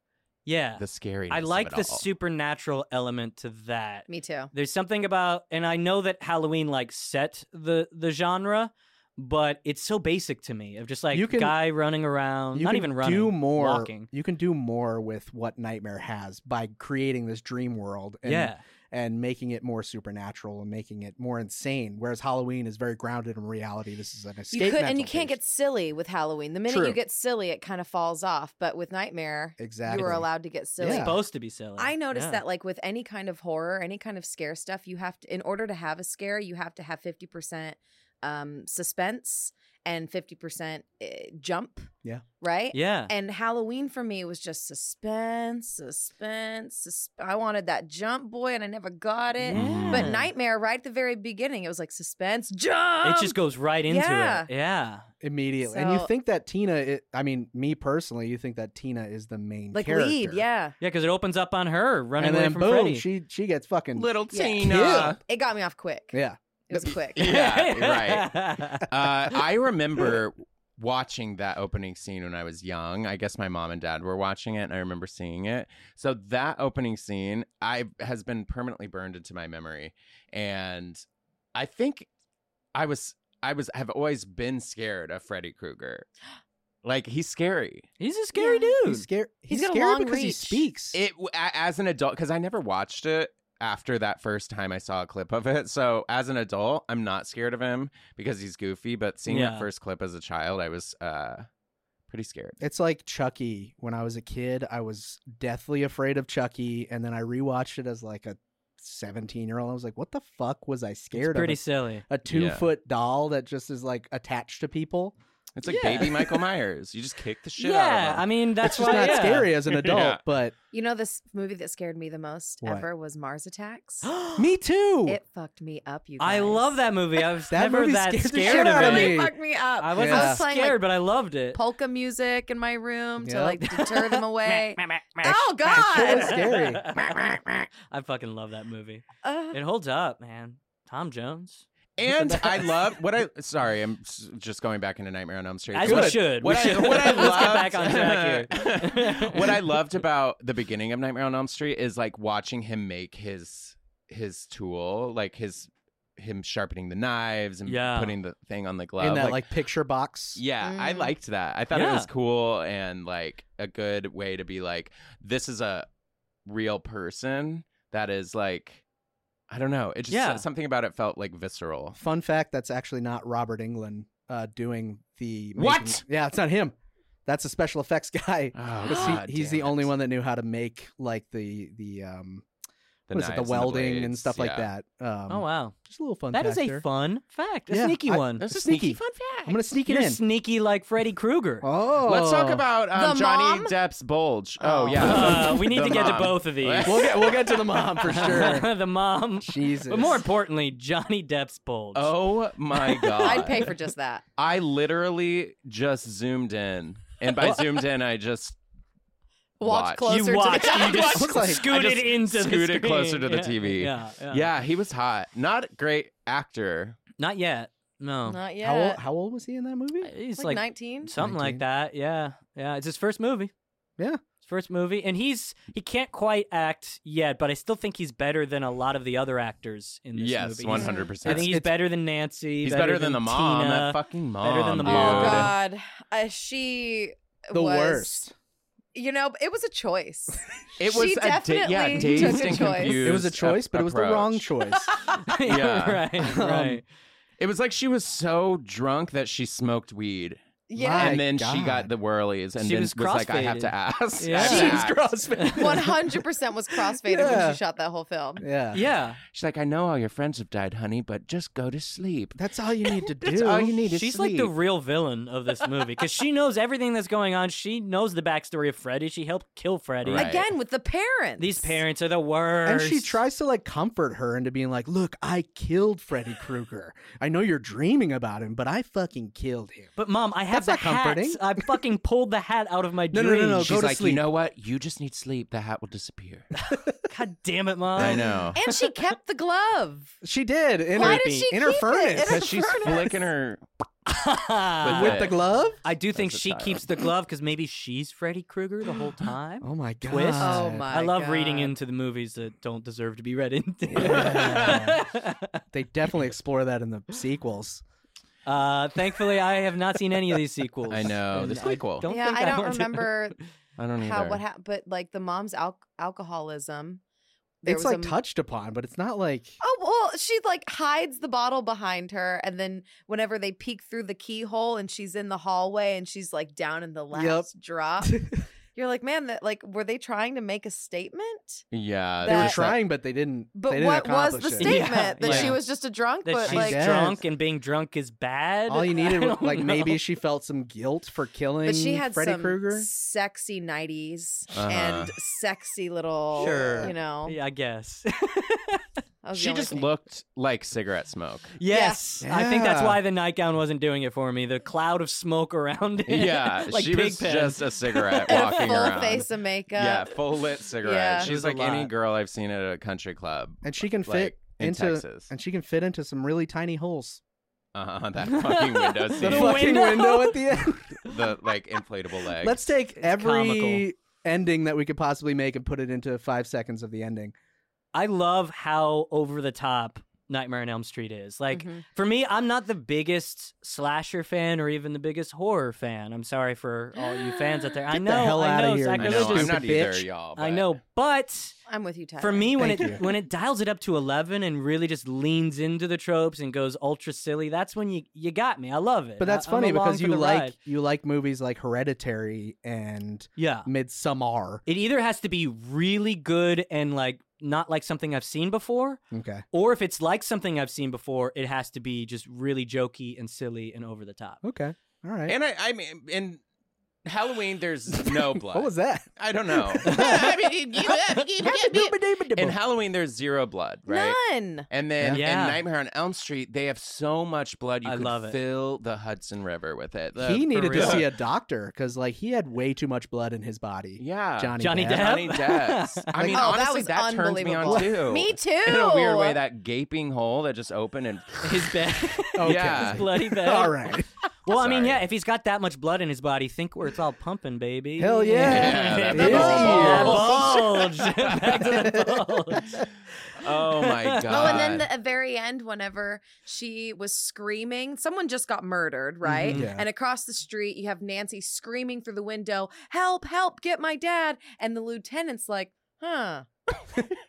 [SPEAKER 3] yeah.
[SPEAKER 2] the scariness.
[SPEAKER 3] I
[SPEAKER 2] of
[SPEAKER 3] like
[SPEAKER 2] it
[SPEAKER 3] the
[SPEAKER 2] all.
[SPEAKER 3] supernatural element to that.
[SPEAKER 4] Me too.
[SPEAKER 3] There's something about, and I know that Halloween like set the the genre, but it's so basic to me of just like
[SPEAKER 1] You can-
[SPEAKER 3] guy running around,
[SPEAKER 1] you
[SPEAKER 3] not
[SPEAKER 1] can
[SPEAKER 3] even running,
[SPEAKER 1] do more.
[SPEAKER 3] walking.
[SPEAKER 1] You can do more with what Nightmare has by creating this dream world. And,
[SPEAKER 3] yeah,
[SPEAKER 1] and making it more supernatural and making it more insane. Whereas Halloween is very grounded in reality. This is an escape.
[SPEAKER 4] You could, and
[SPEAKER 1] mental
[SPEAKER 4] you can't
[SPEAKER 1] case.
[SPEAKER 4] get silly with Halloween. The minute
[SPEAKER 1] True.
[SPEAKER 4] you get silly, it kind of falls off. But with Nightmare,
[SPEAKER 1] exactly.
[SPEAKER 4] you were allowed to get silly.
[SPEAKER 3] it's
[SPEAKER 1] Yeah.
[SPEAKER 3] supposed to be silly.
[SPEAKER 4] I noticed
[SPEAKER 3] Yeah.
[SPEAKER 4] that like with any kind of horror, any kind of scare stuff, you have to in order to have a scare, you have to have 50% um suspense and 50% uh, jump.
[SPEAKER 1] Yeah.
[SPEAKER 4] Right?
[SPEAKER 3] Yeah,
[SPEAKER 4] And Halloween for me was just suspense, suspense, sus- I wanted that jump boy and I never got it.
[SPEAKER 3] Yeah.
[SPEAKER 4] But Nightmare right at the very beginning, it was like suspense, jump.
[SPEAKER 3] it just goes right into
[SPEAKER 4] Um, yeah.
[SPEAKER 3] it. Yeah,
[SPEAKER 1] immediately. and you
[SPEAKER 4] So-
[SPEAKER 1] think that Tina? i I mean, me personally, you think that Tina is the main
[SPEAKER 4] like
[SPEAKER 1] character.
[SPEAKER 4] lead, yeah.
[SPEAKER 3] yeah, because it opens up on her running
[SPEAKER 1] And
[SPEAKER 3] away
[SPEAKER 1] then
[SPEAKER 3] from
[SPEAKER 1] boom,
[SPEAKER 3] Freddy.
[SPEAKER 1] she she gets fucking
[SPEAKER 2] little
[SPEAKER 4] Yeah.
[SPEAKER 2] Tina.
[SPEAKER 4] It got me off quick.
[SPEAKER 1] yeah.
[SPEAKER 4] It was quick.
[SPEAKER 2] yeah, right.
[SPEAKER 3] right.
[SPEAKER 2] uh, I remember watching that opening scene when I was young. I guess my mom and dad were watching it, and I remember seeing it. So that opening scene, I has been permanently burned into my memory, and I think I was I was have always been scared of Freddy Krueger. Like he's scary.
[SPEAKER 3] He's a scary
[SPEAKER 4] Yeah.
[SPEAKER 3] dude.
[SPEAKER 1] He's scared. He's,
[SPEAKER 4] He's got a
[SPEAKER 1] scary
[SPEAKER 4] long
[SPEAKER 1] because he
[SPEAKER 4] reach.
[SPEAKER 1] speaks.
[SPEAKER 2] It a- as an adult because I never watched it after that first time I saw a clip of it. So as an adult, I'm not scared of him because he's goofy. But seeing
[SPEAKER 3] Yeah.
[SPEAKER 2] that first clip as a child, I was uh, pretty scared.
[SPEAKER 1] It's like Chucky. When I was a kid, I was deathly afraid of Chucky, and then I rewatched it as like a seventeen-year-old. I was like, "What the fuck was I
[SPEAKER 3] It's
[SPEAKER 1] scared
[SPEAKER 3] pretty
[SPEAKER 1] of?"
[SPEAKER 3] silly.
[SPEAKER 1] A two-foot doll that just is like attached to people.
[SPEAKER 2] It's like
[SPEAKER 3] Yeah.
[SPEAKER 2] baby Michael Myers. You just kick the shit
[SPEAKER 3] yeah,
[SPEAKER 2] out of
[SPEAKER 3] I
[SPEAKER 2] him.
[SPEAKER 3] mean
[SPEAKER 1] it's
[SPEAKER 3] that's
[SPEAKER 1] just
[SPEAKER 3] why,
[SPEAKER 1] not
[SPEAKER 3] yeah.
[SPEAKER 1] scary as an adult,
[SPEAKER 2] Yeah.
[SPEAKER 1] but
[SPEAKER 4] You know this movie that scared me the most
[SPEAKER 1] What?
[SPEAKER 4] ever was Mars Attacks.
[SPEAKER 1] me too.
[SPEAKER 4] it fucked me up, you guys.
[SPEAKER 3] I love that movie. I was
[SPEAKER 1] That
[SPEAKER 3] never
[SPEAKER 1] movie
[SPEAKER 3] that
[SPEAKER 1] scared the
[SPEAKER 3] scared
[SPEAKER 1] shit
[SPEAKER 3] of
[SPEAKER 1] out of
[SPEAKER 3] it.
[SPEAKER 1] me.
[SPEAKER 4] It fucked me up.
[SPEAKER 3] I wasn't
[SPEAKER 1] Yeah.
[SPEAKER 4] I was playing
[SPEAKER 3] scared,
[SPEAKER 4] like,
[SPEAKER 3] but I loved it.
[SPEAKER 4] polka music in my room to
[SPEAKER 1] Yep.
[SPEAKER 4] like deter them away.
[SPEAKER 3] oh
[SPEAKER 4] Oh, God.
[SPEAKER 1] It was scary.
[SPEAKER 3] I fucking love that movie.
[SPEAKER 4] Uh,
[SPEAKER 3] It holds up, man. Tom Jones.
[SPEAKER 2] and I love what I. Sorry, I'm s- just going back into Nightmare on Elm Street.
[SPEAKER 3] As
[SPEAKER 2] But
[SPEAKER 3] we should.
[SPEAKER 2] What
[SPEAKER 3] we
[SPEAKER 2] I,
[SPEAKER 3] should.
[SPEAKER 2] what I
[SPEAKER 3] Let's get back
[SPEAKER 2] loved,
[SPEAKER 3] on track here.
[SPEAKER 2] what I loved about the beginning of Nightmare on Elm Street is like watching him make his his tool, like his him sharpening the knives and
[SPEAKER 3] Yeah.
[SPEAKER 2] putting the thing on the glove.
[SPEAKER 1] in that like, picture box.
[SPEAKER 2] yeah, I
[SPEAKER 4] Mm.
[SPEAKER 2] liked that. I thought it was
[SPEAKER 3] Yeah.
[SPEAKER 2] cool and like a good way to be like, this is a real person that is like, I don't know. It just
[SPEAKER 3] Yeah.
[SPEAKER 2] something about it felt like visceral.
[SPEAKER 1] Fun fact: that's actually not Robert England uh, doing the. making-
[SPEAKER 2] What?
[SPEAKER 1] yeah, it's not him. That's a special effects guy.
[SPEAKER 2] Oh,
[SPEAKER 1] 'Cause he-
[SPEAKER 2] God
[SPEAKER 1] he's
[SPEAKER 2] damn
[SPEAKER 1] the only
[SPEAKER 2] it.
[SPEAKER 1] one that knew how to make like the the um
[SPEAKER 2] The
[SPEAKER 1] what is it,
[SPEAKER 2] knives
[SPEAKER 1] the welding and,
[SPEAKER 2] blades,
[SPEAKER 1] stuff like
[SPEAKER 2] yeah.
[SPEAKER 1] that. Um,
[SPEAKER 3] oh wow,
[SPEAKER 1] just a little fun.
[SPEAKER 3] that is
[SPEAKER 1] fact
[SPEAKER 3] a
[SPEAKER 1] there.
[SPEAKER 3] fun fact, a
[SPEAKER 1] Yeah,
[SPEAKER 3] sneaky
[SPEAKER 1] I-
[SPEAKER 3] one.
[SPEAKER 2] That's a
[SPEAKER 1] Sneaky.
[SPEAKER 2] sneaky fun fact.
[SPEAKER 1] I'm gonna sneak it
[SPEAKER 3] You're
[SPEAKER 1] in.
[SPEAKER 3] sneaky like Freddy Krueger.
[SPEAKER 1] oh,
[SPEAKER 2] Let's talk about um,
[SPEAKER 4] The
[SPEAKER 2] Johnny
[SPEAKER 4] mom?
[SPEAKER 2] Depp's bulge. Oh,
[SPEAKER 4] Oh.
[SPEAKER 2] yeah.
[SPEAKER 3] Uh, we need
[SPEAKER 2] The
[SPEAKER 3] to get
[SPEAKER 2] mom.
[SPEAKER 3] to both of these.
[SPEAKER 1] We'll get we'll get to the mom for sure.
[SPEAKER 3] the mom,
[SPEAKER 1] Jesus.
[SPEAKER 3] but more importantly, Johnny Depp's bulge.
[SPEAKER 2] Oh my god.
[SPEAKER 4] I'd pay for just that.
[SPEAKER 2] I literally just zoomed in. And by zoomed in, I just
[SPEAKER 4] Walked
[SPEAKER 2] Watch.
[SPEAKER 4] closer
[SPEAKER 3] you watched,
[SPEAKER 4] to the
[SPEAKER 3] you just
[SPEAKER 1] Looks like-
[SPEAKER 2] I
[SPEAKER 3] scooted
[SPEAKER 2] just
[SPEAKER 3] into the
[SPEAKER 2] scooted
[SPEAKER 3] screen.
[SPEAKER 2] closer to the
[SPEAKER 3] Yeah,
[SPEAKER 2] TV.
[SPEAKER 3] Yeah, yeah,
[SPEAKER 2] Yeah, he was hot. Not a great actor.
[SPEAKER 3] Not yet. No,
[SPEAKER 4] Not yet.
[SPEAKER 1] how old, how old was he in that movie?
[SPEAKER 3] he's
[SPEAKER 4] like,
[SPEAKER 3] like,
[SPEAKER 4] 19.
[SPEAKER 3] something like
[SPEAKER 1] 19.
[SPEAKER 3] that. Yeah, yeah. It's his first movie.
[SPEAKER 1] Yeah.
[SPEAKER 3] His first movie, and he's he can't quite act yet, but I still think he's better than a lot of the other actors in this
[SPEAKER 2] Yes,
[SPEAKER 3] movie.
[SPEAKER 2] one
[SPEAKER 3] He's-
[SPEAKER 2] hundred
[SPEAKER 3] I think
[SPEAKER 2] percent.
[SPEAKER 3] he's
[SPEAKER 1] It's-
[SPEAKER 3] better than Nancy.
[SPEAKER 2] He's better than the mom.
[SPEAKER 3] Tina.
[SPEAKER 2] That fucking mom.
[SPEAKER 3] better than the
[SPEAKER 2] dude.
[SPEAKER 4] Oh
[SPEAKER 3] mom.
[SPEAKER 4] God, uh, she
[SPEAKER 1] The
[SPEAKER 4] was,
[SPEAKER 1] worst.
[SPEAKER 4] You know, it was a choice.
[SPEAKER 2] It was
[SPEAKER 4] She
[SPEAKER 2] a da- yeah,
[SPEAKER 4] definitely
[SPEAKER 2] dazed
[SPEAKER 4] took a
[SPEAKER 2] and
[SPEAKER 4] choice.
[SPEAKER 2] confused
[SPEAKER 1] It was a choice, but it was the
[SPEAKER 2] approach.
[SPEAKER 1] wrong choice.
[SPEAKER 2] Yeah.
[SPEAKER 3] right,
[SPEAKER 1] Um,
[SPEAKER 3] right.
[SPEAKER 2] It was like she was so drunk that she smoked weed,
[SPEAKER 4] yeah,
[SPEAKER 1] My
[SPEAKER 2] and then she
[SPEAKER 1] God.
[SPEAKER 2] got the whirlies, and
[SPEAKER 3] She
[SPEAKER 2] then
[SPEAKER 3] was
[SPEAKER 2] like, "I have to ask."
[SPEAKER 3] Yeah.
[SPEAKER 2] I have
[SPEAKER 3] She
[SPEAKER 2] to
[SPEAKER 3] was
[SPEAKER 2] ask.
[SPEAKER 4] one hundred percent was crossfaded when
[SPEAKER 1] Yeah.
[SPEAKER 4] she shot that whole film.
[SPEAKER 1] Yeah.
[SPEAKER 3] yeah,
[SPEAKER 2] She's like, "I know all your friends have died, honey, but just go to sleep.
[SPEAKER 1] That's all you need to do.
[SPEAKER 2] That's all you need is
[SPEAKER 3] she's like the
[SPEAKER 2] sleep."
[SPEAKER 3] real villain of this movie because she knows everything that's going on. She knows the backstory of Freddy. She helped kill Freddy.
[SPEAKER 2] Right.
[SPEAKER 4] Again with the parents.
[SPEAKER 3] These parents are the worst.
[SPEAKER 1] and she tries to like comfort her into being like, "Look, I killed Freddy Krueger. I know you're dreaming about him, but I fucking killed him."
[SPEAKER 3] But mom, I have
[SPEAKER 1] That's
[SPEAKER 3] the
[SPEAKER 1] not
[SPEAKER 3] hat.
[SPEAKER 1] comforting.
[SPEAKER 3] I fucking pulled the hat out of my
[SPEAKER 1] No,
[SPEAKER 3] dream.
[SPEAKER 1] no, no, no,
[SPEAKER 2] She's
[SPEAKER 1] go to
[SPEAKER 2] like,
[SPEAKER 1] sleep.
[SPEAKER 2] "You know what? You just need sleep. The hat will disappear."
[SPEAKER 3] God damn it, mom.
[SPEAKER 2] I know.
[SPEAKER 4] and she kept the glove.
[SPEAKER 1] She did in
[SPEAKER 4] Why
[SPEAKER 1] her
[SPEAKER 4] did she
[SPEAKER 1] in her
[SPEAKER 4] keep it?
[SPEAKER 1] furnace
[SPEAKER 4] In her
[SPEAKER 2] Because she's
[SPEAKER 4] furnace.
[SPEAKER 2] flicking her.
[SPEAKER 1] with
[SPEAKER 2] it.
[SPEAKER 1] the glove.
[SPEAKER 3] I do think
[SPEAKER 2] As a
[SPEAKER 3] she
[SPEAKER 2] child.
[SPEAKER 3] keeps the glove because maybe she's Freddy Krueger the whole time.
[SPEAKER 1] Oh my god!
[SPEAKER 3] Twist.
[SPEAKER 4] Oh my!
[SPEAKER 3] I love reading
[SPEAKER 4] God.
[SPEAKER 3] into the movies that don't deserve to be read into.
[SPEAKER 1] Yeah. They definitely explore that in the sequels.
[SPEAKER 3] uh, thankfully, I have not seen any of these sequels.
[SPEAKER 2] I know
[SPEAKER 3] And
[SPEAKER 2] the
[SPEAKER 3] I
[SPEAKER 2] sequel.
[SPEAKER 3] don't
[SPEAKER 4] yeah,
[SPEAKER 3] think
[SPEAKER 4] I don't
[SPEAKER 3] want to-
[SPEAKER 4] remember
[SPEAKER 2] I don't either.
[SPEAKER 4] how what happened, but like the mom's al- alcoholism. There
[SPEAKER 1] it's
[SPEAKER 4] was
[SPEAKER 1] like
[SPEAKER 4] a-
[SPEAKER 1] touched upon, but it's not like
[SPEAKER 4] Oh well, she like hides the bottle behind her, and then whenever they peek through the keyhole, and she's in the hallway, and she's like down in the
[SPEAKER 1] Yep.
[SPEAKER 4] last drop. You're like, man, that like were they trying to make a statement?
[SPEAKER 1] they
[SPEAKER 2] Yeah,
[SPEAKER 1] were
[SPEAKER 4] that-
[SPEAKER 2] there's that-
[SPEAKER 1] trying, but they didn't. they
[SPEAKER 4] But
[SPEAKER 1] didn't
[SPEAKER 4] what was the
[SPEAKER 1] accomplish it.
[SPEAKER 4] statement that
[SPEAKER 3] Yeah,
[SPEAKER 4] she
[SPEAKER 3] yeah.
[SPEAKER 4] was just a drunk?
[SPEAKER 3] that
[SPEAKER 4] but
[SPEAKER 3] she's
[SPEAKER 4] like,
[SPEAKER 1] Yeah.
[SPEAKER 3] drunk and being drunk is bad.
[SPEAKER 1] All you
[SPEAKER 3] I
[SPEAKER 1] needed was
[SPEAKER 3] don't
[SPEAKER 1] like
[SPEAKER 3] know.
[SPEAKER 1] maybe she felt some guilt for killing
[SPEAKER 4] but she had
[SPEAKER 1] Freddy
[SPEAKER 4] some
[SPEAKER 1] Krueger.
[SPEAKER 4] sexy nineties
[SPEAKER 2] Uh-huh.
[SPEAKER 4] and sexy little,
[SPEAKER 1] Sure.
[SPEAKER 4] you know.
[SPEAKER 3] Yeah, I guess.
[SPEAKER 4] that was the
[SPEAKER 2] she
[SPEAKER 4] only
[SPEAKER 2] just
[SPEAKER 4] thing.
[SPEAKER 2] looked like cigarette smoke.
[SPEAKER 3] Yes,
[SPEAKER 4] Yes.
[SPEAKER 3] I think that's
[SPEAKER 1] Yeah.
[SPEAKER 3] why the nightgown wasn't doing it for me. The cloud of smoke around it.
[SPEAKER 2] Yeah,
[SPEAKER 3] like
[SPEAKER 2] she
[SPEAKER 3] pig
[SPEAKER 2] was
[SPEAKER 3] pen.
[SPEAKER 2] just a cigarette
[SPEAKER 4] And a
[SPEAKER 2] walking
[SPEAKER 4] full
[SPEAKER 2] around.
[SPEAKER 4] face of makeup.
[SPEAKER 2] yeah, full lit cigarette.
[SPEAKER 4] Yeah. It
[SPEAKER 2] She's
[SPEAKER 3] was a
[SPEAKER 2] like any
[SPEAKER 3] lot.
[SPEAKER 2] girl I've seen at a country club.
[SPEAKER 1] and she can
[SPEAKER 2] like,
[SPEAKER 1] fit
[SPEAKER 2] in
[SPEAKER 1] into
[SPEAKER 2] Texas.
[SPEAKER 1] and she can fit into some really tiny holes.
[SPEAKER 2] Uh-huh, that fucking window
[SPEAKER 1] The
[SPEAKER 2] seat,
[SPEAKER 3] The
[SPEAKER 1] fucking
[SPEAKER 3] window.
[SPEAKER 1] window. at the end.
[SPEAKER 2] the like inflatable leg.
[SPEAKER 1] Let's take every
[SPEAKER 3] comical.
[SPEAKER 1] ending that we could possibly make and put it into five seconds of the ending.
[SPEAKER 3] I love how over the top Nightmare on Elm Street is. Like
[SPEAKER 4] Mhm.
[SPEAKER 3] for me, I'm not the biggest slasher fan or even the biggest horror fan. I'm sorry for all you fans out there. I
[SPEAKER 1] Get the
[SPEAKER 3] know,
[SPEAKER 1] hell
[SPEAKER 3] I
[SPEAKER 1] outta
[SPEAKER 3] know,
[SPEAKER 1] here,
[SPEAKER 2] I know
[SPEAKER 1] Religious
[SPEAKER 2] I'm
[SPEAKER 3] sacrilegious.
[SPEAKER 2] not
[SPEAKER 1] bitch.
[SPEAKER 2] either, y'all.
[SPEAKER 3] I
[SPEAKER 2] but-
[SPEAKER 3] know, but
[SPEAKER 4] I'm with you, Tyler.
[SPEAKER 3] for me, when
[SPEAKER 1] Thank
[SPEAKER 3] it
[SPEAKER 1] you.
[SPEAKER 3] when it dials it up to eleven and really just leans into the tropes and goes ultra silly, that's when you you got me. I love it.
[SPEAKER 1] But that's
[SPEAKER 3] I- I'm
[SPEAKER 1] funny
[SPEAKER 3] along
[SPEAKER 1] because
[SPEAKER 3] for
[SPEAKER 1] you
[SPEAKER 3] the
[SPEAKER 1] like
[SPEAKER 3] ride.
[SPEAKER 1] you like movies like Hereditary and
[SPEAKER 3] yeah.
[SPEAKER 1] Midsommar.
[SPEAKER 3] It either has to be really good and like not like something I've seen before,
[SPEAKER 1] Okay.
[SPEAKER 3] or if it's like something I've seen before, it has to be just really jokey and silly and over the top.
[SPEAKER 1] Okay. All right.
[SPEAKER 2] And I, I mean, in Halloween, there's no blood.
[SPEAKER 1] what was that?
[SPEAKER 2] I don't know. I mean, you- you- in
[SPEAKER 1] And
[SPEAKER 2] Halloween, there's zero blood, right?
[SPEAKER 4] None.
[SPEAKER 2] And then
[SPEAKER 3] Yeah.
[SPEAKER 2] in Nightmare on Elm Street, they have so much blood you
[SPEAKER 3] I
[SPEAKER 2] could
[SPEAKER 3] love it.
[SPEAKER 2] fill the Hudson River with it. The-
[SPEAKER 1] he needed to
[SPEAKER 3] real.
[SPEAKER 1] see a doctor because like he had way too much blood in his body.
[SPEAKER 2] yeah,
[SPEAKER 1] Johnny,
[SPEAKER 3] Johnny
[SPEAKER 1] Depp.
[SPEAKER 3] Depp?
[SPEAKER 2] Johnny Depp's. I mean,
[SPEAKER 4] oh,
[SPEAKER 2] honestly,
[SPEAKER 4] that was
[SPEAKER 2] turns me
[SPEAKER 4] unbelievable.
[SPEAKER 2] on too.
[SPEAKER 4] Me too.
[SPEAKER 2] In a weird way, that gaping hole that just opened and
[SPEAKER 3] His bed,
[SPEAKER 1] Okay.
[SPEAKER 2] Yeah.
[SPEAKER 3] bloody bed.
[SPEAKER 1] All right.
[SPEAKER 3] Well, I mean,
[SPEAKER 2] Sorry.
[SPEAKER 3] yeah, if he's got that much blood in his body, think where it's all pumping, baby.
[SPEAKER 1] Hell yeah.
[SPEAKER 2] Yeah, that
[SPEAKER 3] Ew.
[SPEAKER 1] bulge.
[SPEAKER 3] That bulge. Back to the bulge.
[SPEAKER 2] oh my god.
[SPEAKER 4] Oh, and then the at very end, whenever she was screaming, someone just got
[SPEAKER 2] Mm-hmm.
[SPEAKER 4] murdered, right?
[SPEAKER 1] Mhm. Yeah.
[SPEAKER 4] And across the street, you have Nancy screaming through the window, "Help! Help! Get my dad!" And the lieutenant's like, Huh.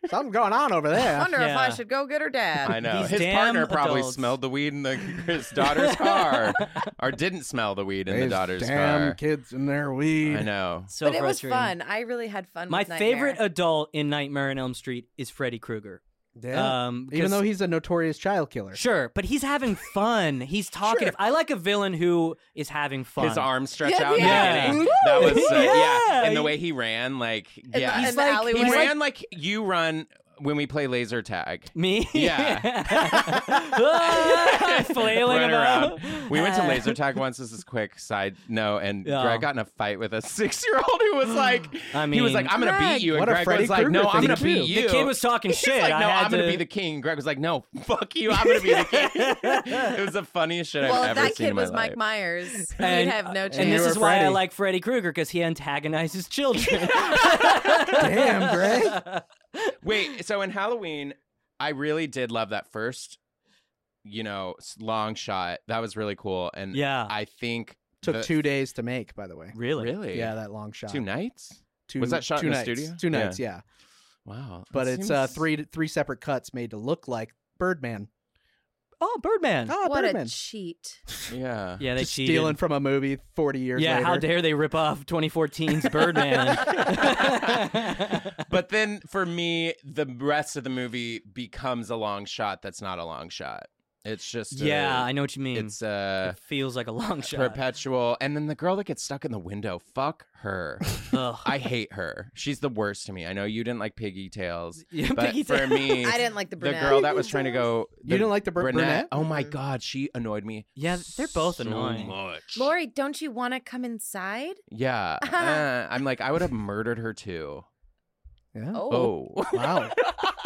[SPEAKER 1] Something going on over there.
[SPEAKER 4] Wonder if I
[SPEAKER 3] Yeah.
[SPEAKER 4] should go get her dad.
[SPEAKER 2] I know.
[SPEAKER 3] These
[SPEAKER 2] His
[SPEAKER 3] damn
[SPEAKER 2] partner probably
[SPEAKER 3] adults.
[SPEAKER 2] smelled the weed in the, his daughter's car, or didn't smell the weed in
[SPEAKER 1] These
[SPEAKER 2] the daughter's
[SPEAKER 1] damn
[SPEAKER 2] car.
[SPEAKER 1] kids and their weed.
[SPEAKER 2] I know.
[SPEAKER 3] So
[SPEAKER 4] but it was
[SPEAKER 3] frustrating.
[SPEAKER 4] fun. I really had fun.
[SPEAKER 3] My
[SPEAKER 4] with Nightmare.
[SPEAKER 3] favorite uh, adult in Nightmare on Elm Street is Freddy Krueger.
[SPEAKER 1] Yeah.
[SPEAKER 2] Uh,
[SPEAKER 3] Um,
[SPEAKER 1] Even
[SPEAKER 3] 'cause-
[SPEAKER 1] though he's a notorious child killer.
[SPEAKER 3] sure, but he's having fun. He's talkative. I like a villain who is having fun.
[SPEAKER 2] His arms stretch
[SPEAKER 4] Yeah,
[SPEAKER 2] out. in the
[SPEAKER 3] yeah.
[SPEAKER 2] beginning.
[SPEAKER 4] Woo!
[SPEAKER 2] That was uh, yeah.
[SPEAKER 3] Yeah.
[SPEAKER 2] And the way he ran, like
[SPEAKER 4] In
[SPEAKER 2] yeah,
[SPEAKER 4] the,
[SPEAKER 3] He's
[SPEAKER 4] in the
[SPEAKER 3] like-
[SPEAKER 4] alleyway.
[SPEAKER 2] he
[SPEAKER 3] he's
[SPEAKER 2] ran like you run when we play laser tag.
[SPEAKER 3] Me?
[SPEAKER 2] Yeah.
[SPEAKER 3] Ah, Flailing
[SPEAKER 2] Run
[SPEAKER 3] about.
[SPEAKER 2] We went to
[SPEAKER 3] Ah.
[SPEAKER 2] laser tag once. This is quick side no, and
[SPEAKER 3] Yeah.
[SPEAKER 2] Greg got in a fight with a six year old who was like,
[SPEAKER 3] I
[SPEAKER 2] he was
[SPEAKER 3] mean-
[SPEAKER 2] like, I'm gonna
[SPEAKER 4] Greg.
[SPEAKER 2] beat you, and
[SPEAKER 1] What a
[SPEAKER 2] Greg
[SPEAKER 1] Freddy
[SPEAKER 2] was like,
[SPEAKER 1] Krueger
[SPEAKER 2] No, I'm
[SPEAKER 1] thing
[SPEAKER 2] gonna
[SPEAKER 1] to
[SPEAKER 2] beat
[SPEAKER 1] do.
[SPEAKER 2] you.
[SPEAKER 3] The kid was talking
[SPEAKER 2] He's
[SPEAKER 3] shit.
[SPEAKER 2] like,
[SPEAKER 3] I
[SPEAKER 2] no,
[SPEAKER 3] had
[SPEAKER 2] I'm gonna
[SPEAKER 3] to-
[SPEAKER 2] be the king. Greg was like, no, fuck you, I'm gonna be the king. it was the funniest shit
[SPEAKER 4] well,
[SPEAKER 2] I've
[SPEAKER 4] if
[SPEAKER 2] ever
[SPEAKER 4] that
[SPEAKER 2] seen
[SPEAKER 4] kid
[SPEAKER 2] in my
[SPEAKER 4] was
[SPEAKER 2] life.
[SPEAKER 4] Mike Myers, he'd
[SPEAKER 3] And-
[SPEAKER 4] have no chance.
[SPEAKER 3] And this
[SPEAKER 1] You
[SPEAKER 3] is
[SPEAKER 1] were
[SPEAKER 3] why I
[SPEAKER 1] Freddy.
[SPEAKER 3] like Freddy Krueger because he antagonizes children.
[SPEAKER 1] Damn, Greg.
[SPEAKER 2] Wait, so in Halloween, I really did love that first, you know, s- long shot. That was really cool, and
[SPEAKER 3] yeah.
[SPEAKER 2] I think
[SPEAKER 1] Took
[SPEAKER 2] the-
[SPEAKER 1] two days to make, by the way.
[SPEAKER 3] really?
[SPEAKER 2] really,
[SPEAKER 1] Yeah, that long shot.
[SPEAKER 2] two nights.
[SPEAKER 1] Two-
[SPEAKER 2] Was that shot
[SPEAKER 1] two
[SPEAKER 2] in the
[SPEAKER 1] nights.
[SPEAKER 2] studio?
[SPEAKER 1] Two
[SPEAKER 2] Yeah.
[SPEAKER 1] nights, yeah.
[SPEAKER 2] Wow,
[SPEAKER 1] But
[SPEAKER 2] that
[SPEAKER 1] it's uh,
[SPEAKER 2] seems-
[SPEAKER 1] three three separate cuts made to look like Birdman.
[SPEAKER 3] Oh,
[SPEAKER 2] Mm.
[SPEAKER 3] Birdman.
[SPEAKER 1] Oh,
[SPEAKER 4] what
[SPEAKER 1] Birdman.
[SPEAKER 4] a cheat!
[SPEAKER 2] Yeah.
[SPEAKER 3] Yeah, they
[SPEAKER 1] Just
[SPEAKER 3] cheated.
[SPEAKER 1] stealing from a movie 40 years
[SPEAKER 3] yeah,
[SPEAKER 1] later.
[SPEAKER 3] how dare they rip off 2014's Birdman?
[SPEAKER 2] But then for me, the rest of the movie becomes a long shot that's not a long shot. It's just a-
[SPEAKER 3] yeah, I know what you mean.
[SPEAKER 2] it's uh, a
[SPEAKER 3] it feels like a long shot.
[SPEAKER 2] perpetual. And then the girl that gets stuck in the window, fuck her.
[SPEAKER 3] Ugh.
[SPEAKER 2] I hate her. She's the worst to me. I know you didn't like Piggy Tails,
[SPEAKER 3] Yeah,
[SPEAKER 2] but
[SPEAKER 3] Piggy
[SPEAKER 2] for
[SPEAKER 3] Tail-
[SPEAKER 2] me,
[SPEAKER 4] I didn't like the
[SPEAKER 2] the
[SPEAKER 4] brunette.
[SPEAKER 2] girl that was trying to go.
[SPEAKER 1] You didn't like the br- brunette?
[SPEAKER 2] Oh my god, she annoyed me.
[SPEAKER 3] Yeah, they're both
[SPEAKER 2] so
[SPEAKER 3] annoying.
[SPEAKER 2] Much.
[SPEAKER 4] Lori, don't you want to come inside?
[SPEAKER 2] Yeah, uh, I'm like I would have murdered her too.
[SPEAKER 1] Yeah.
[SPEAKER 4] Oh,
[SPEAKER 2] Oh,
[SPEAKER 1] Wow.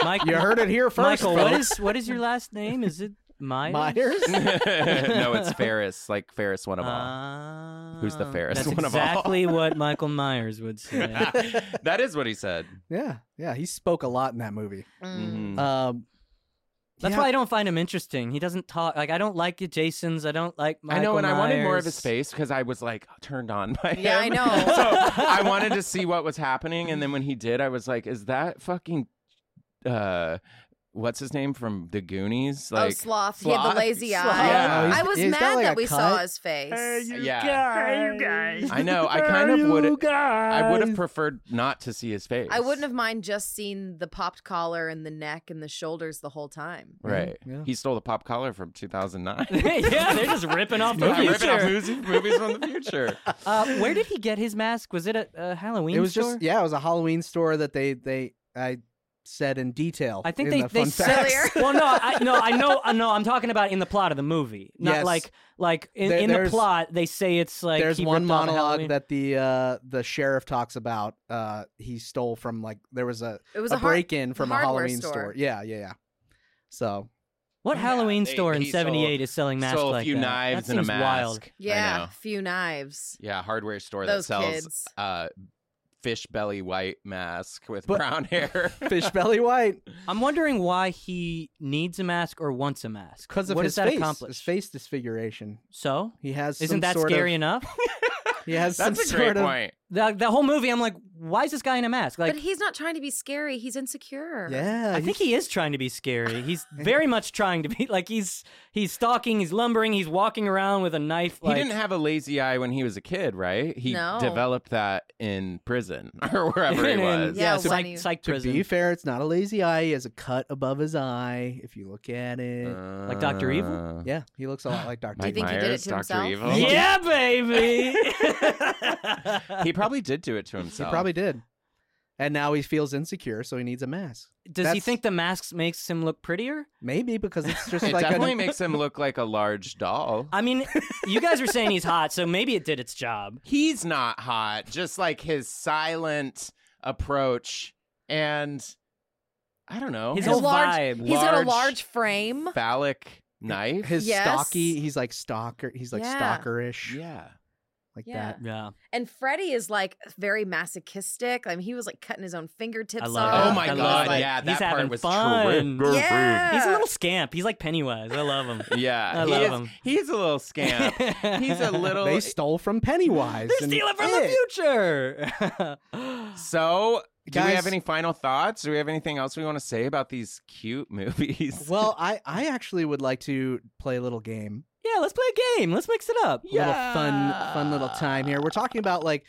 [SPEAKER 3] Mike,
[SPEAKER 1] You heard it here first.
[SPEAKER 3] Michael, what
[SPEAKER 1] folks.
[SPEAKER 3] is what is your last name? Is it Myers?
[SPEAKER 1] Myers?
[SPEAKER 2] no, it's Ferris, like Ferris one of all.
[SPEAKER 3] Ah,
[SPEAKER 2] Who's the fairest
[SPEAKER 3] That's
[SPEAKER 2] one of all?
[SPEAKER 3] exactly what Michael Myers would
[SPEAKER 4] Ah.
[SPEAKER 3] say.
[SPEAKER 2] that is what he said.
[SPEAKER 1] yeah. Yeah. He spoke a lot in that movie.
[SPEAKER 4] Mm.
[SPEAKER 2] Mhm.
[SPEAKER 1] Um,
[SPEAKER 3] That's
[SPEAKER 1] yeah.
[SPEAKER 3] why I don't find him interesting. He doesn't talk. Like I don't like the Jasons. I don't like.
[SPEAKER 2] I
[SPEAKER 3] Michael
[SPEAKER 2] know, and I wanted more of
[SPEAKER 3] Myers.
[SPEAKER 2] his face because I was like turned on by him.
[SPEAKER 4] Yeah, I know.
[SPEAKER 2] so I wanted to see what was happening, and then when he did, I was like, "Is that fucking uh, what's his name from the Goonies?"
[SPEAKER 4] oh,
[SPEAKER 2] Like,
[SPEAKER 4] sloth. He had
[SPEAKER 2] Sloth.
[SPEAKER 4] the lazy
[SPEAKER 2] Sloth.
[SPEAKER 4] eye.
[SPEAKER 2] Yeah.
[SPEAKER 4] I
[SPEAKER 1] He's-
[SPEAKER 4] was
[SPEAKER 1] he's
[SPEAKER 4] mad
[SPEAKER 1] got, like,
[SPEAKER 4] that
[SPEAKER 1] a
[SPEAKER 4] we
[SPEAKER 1] cut.
[SPEAKER 4] saw his face.
[SPEAKER 2] yeah,
[SPEAKER 3] you guys.
[SPEAKER 2] I know. I kind of would. I would have preferred not to see his face.
[SPEAKER 4] I wouldn't have mind just seeing the popped collar and the neck and the shoulders the whole time.
[SPEAKER 2] Right.
[SPEAKER 1] Yeah.
[SPEAKER 2] He stole the pop collar from 2009.
[SPEAKER 3] yeah, they're just ripping off the
[SPEAKER 2] Yeah, ripping
[SPEAKER 3] future.
[SPEAKER 2] off movies, movies from the future.
[SPEAKER 3] Uh, where did he get his mask? Was it a, a Halloween
[SPEAKER 1] It was
[SPEAKER 3] store?
[SPEAKER 1] just, yeah, it was a Halloween store that they, they, I said in detail.
[SPEAKER 3] I think
[SPEAKER 1] in
[SPEAKER 3] they,
[SPEAKER 1] the
[SPEAKER 3] they
[SPEAKER 1] fun
[SPEAKER 3] said
[SPEAKER 1] facts.
[SPEAKER 3] well no I no I know I know I'm talking about in the plot of the movie not
[SPEAKER 1] Yes.
[SPEAKER 3] like like in,
[SPEAKER 1] There-
[SPEAKER 3] in the
[SPEAKER 1] there's-
[SPEAKER 3] plot they say it's like
[SPEAKER 1] There's
[SPEAKER 3] he
[SPEAKER 1] one
[SPEAKER 3] ripped off a
[SPEAKER 1] monologue
[SPEAKER 3] Halloween-
[SPEAKER 1] that the uh, the sheriff talks about. Uh, he stole from like there was a,
[SPEAKER 4] It was
[SPEAKER 1] a,
[SPEAKER 4] a, hard-
[SPEAKER 1] break in from a
[SPEAKER 4] hardware
[SPEAKER 1] Halloween store.
[SPEAKER 4] store.
[SPEAKER 1] Yeah, yeah, yeah. So
[SPEAKER 3] what
[SPEAKER 2] Yeah,
[SPEAKER 3] Halloween
[SPEAKER 2] they-
[SPEAKER 3] store in
[SPEAKER 2] he sold-
[SPEAKER 3] '78 is selling masks
[SPEAKER 2] Stole a
[SPEAKER 3] like
[SPEAKER 2] few
[SPEAKER 3] that?
[SPEAKER 2] knives
[SPEAKER 3] that
[SPEAKER 2] and a
[SPEAKER 3] seems
[SPEAKER 2] mask.
[SPEAKER 3] wild.
[SPEAKER 2] I
[SPEAKER 4] Yeah,
[SPEAKER 2] know.
[SPEAKER 4] few knives.
[SPEAKER 2] Yeah, hardware store
[SPEAKER 4] Those
[SPEAKER 2] that sells
[SPEAKER 4] kids.
[SPEAKER 2] uh fish belly white mask with
[SPEAKER 1] But-
[SPEAKER 2] brown hair.
[SPEAKER 1] fish belly white
[SPEAKER 3] I'm wondering why he needs a mask or wants a mask.
[SPEAKER 1] because of
[SPEAKER 3] what
[SPEAKER 1] his
[SPEAKER 3] does that
[SPEAKER 1] face,
[SPEAKER 3] accomplish?
[SPEAKER 1] his face disfiguration.
[SPEAKER 3] So
[SPEAKER 1] He has some
[SPEAKER 3] isn't that
[SPEAKER 1] sort
[SPEAKER 3] scary
[SPEAKER 1] Of,
[SPEAKER 3] enough?
[SPEAKER 1] he has some
[SPEAKER 2] That's a
[SPEAKER 1] sort
[SPEAKER 2] great
[SPEAKER 1] of
[SPEAKER 2] point.
[SPEAKER 3] the the whole movie, I'm like, why is this guy in a mask? Like,
[SPEAKER 4] but he's not trying to be scary. He's insecure.
[SPEAKER 1] yeah.
[SPEAKER 3] I think he is trying to be scary. He's very much trying to be like he's he's stalking, he's lumbering, he's walking around with a knife. Like,
[SPEAKER 2] he didn't have a lazy eye when he was a kid, right? He
[SPEAKER 4] No.
[SPEAKER 2] developed that in prison or wherever he
[SPEAKER 3] in-
[SPEAKER 2] was.
[SPEAKER 4] Yeah,
[SPEAKER 3] yeah,
[SPEAKER 4] when
[SPEAKER 3] psych,
[SPEAKER 4] he-
[SPEAKER 3] psych
[SPEAKER 1] to
[SPEAKER 3] prison.
[SPEAKER 1] be fair, it's not a lazy eye. He has a cut above his eye. If you look at it,
[SPEAKER 3] Like Dr. Evil?
[SPEAKER 2] Uh,
[SPEAKER 1] yeah, he looks a lot like Doctor.
[SPEAKER 2] Mike
[SPEAKER 4] think he did it
[SPEAKER 2] Myers,
[SPEAKER 4] to
[SPEAKER 2] Dr.
[SPEAKER 4] himself?
[SPEAKER 2] Evil.
[SPEAKER 3] yeah, baby.
[SPEAKER 2] He probably did do it to
[SPEAKER 1] He
[SPEAKER 2] himself.
[SPEAKER 1] probably did, and now he feels insecure, so he needs a mask.
[SPEAKER 3] Does he
[SPEAKER 1] That's-
[SPEAKER 3] think the masks makes him look prettier?
[SPEAKER 1] Maybe because it's just
[SPEAKER 2] It
[SPEAKER 1] like
[SPEAKER 2] definitely
[SPEAKER 1] a,
[SPEAKER 2] makes him look like a large doll.
[SPEAKER 3] I mean, you guys were saying he's hot, so maybe it did its job.
[SPEAKER 2] he's not hot just like his silent approach and i don't know
[SPEAKER 3] His
[SPEAKER 4] His
[SPEAKER 3] whole
[SPEAKER 4] large-
[SPEAKER 3] vibe.
[SPEAKER 4] He's got a
[SPEAKER 2] Large-
[SPEAKER 4] large frame.
[SPEAKER 2] phallic knife
[SPEAKER 1] his
[SPEAKER 4] Yes.
[SPEAKER 1] stocky. He's like stalker. He's like
[SPEAKER 4] Yeah.
[SPEAKER 1] stalkerish,
[SPEAKER 2] yeah
[SPEAKER 1] like
[SPEAKER 4] Yeah.
[SPEAKER 1] that.
[SPEAKER 3] yeah.
[SPEAKER 4] And Freddy is like very masochistic. I mean, he was like cutting his own fingertips
[SPEAKER 3] I love
[SPEAKER 4] off.
[SPEAKER 3] it.
[SPEAKER 2] Oh my
[SPEAKER 4] He was,
[SPEAKER 2] God,
[SPEAKER 4] like-
[SPEAKER 2] yeah,
[SPEAKER 3] he's
[SPEAKER 2] that part
[SPEAKER 3] having
[SPEAKER 2] was
[SPEAKER 3] fun.
[SPEAKER 4] Yeah.
[SPEAKER 3] He's a little scamp. He's like Pennywise. I love him.
[SPEAKER 2] yeah
[SPEAKER 3] I
[SPEAKER 2] he
[SPEAKER 3] love
[SPEAKER 2] is-
[SPEAKER 3] him.
[SPEAKER 2] he's a little scamp he's a little
[SPEAKER 1] They stole from Pennywise.
[SPEAKER 3] They're
[SPEAKER 1] and
[SPEAKER 3] stealing from
[SPEAKER 1] it.
[SPEAKER 3] the future.
[SPEAKER 2] so Do we
[SPEAKER 1] Guys-
[SPEAKER 2] have any final thoughts? Do we have anything else we want to say about these cute movies?
[SPEAKER 1] Well, I, I actually would like to play a little game.
[SPEAKER 3] Yeah, let's play a game. Let's mix it up.
[SPEAKER 1] A little fun fun little time here. We're talking about like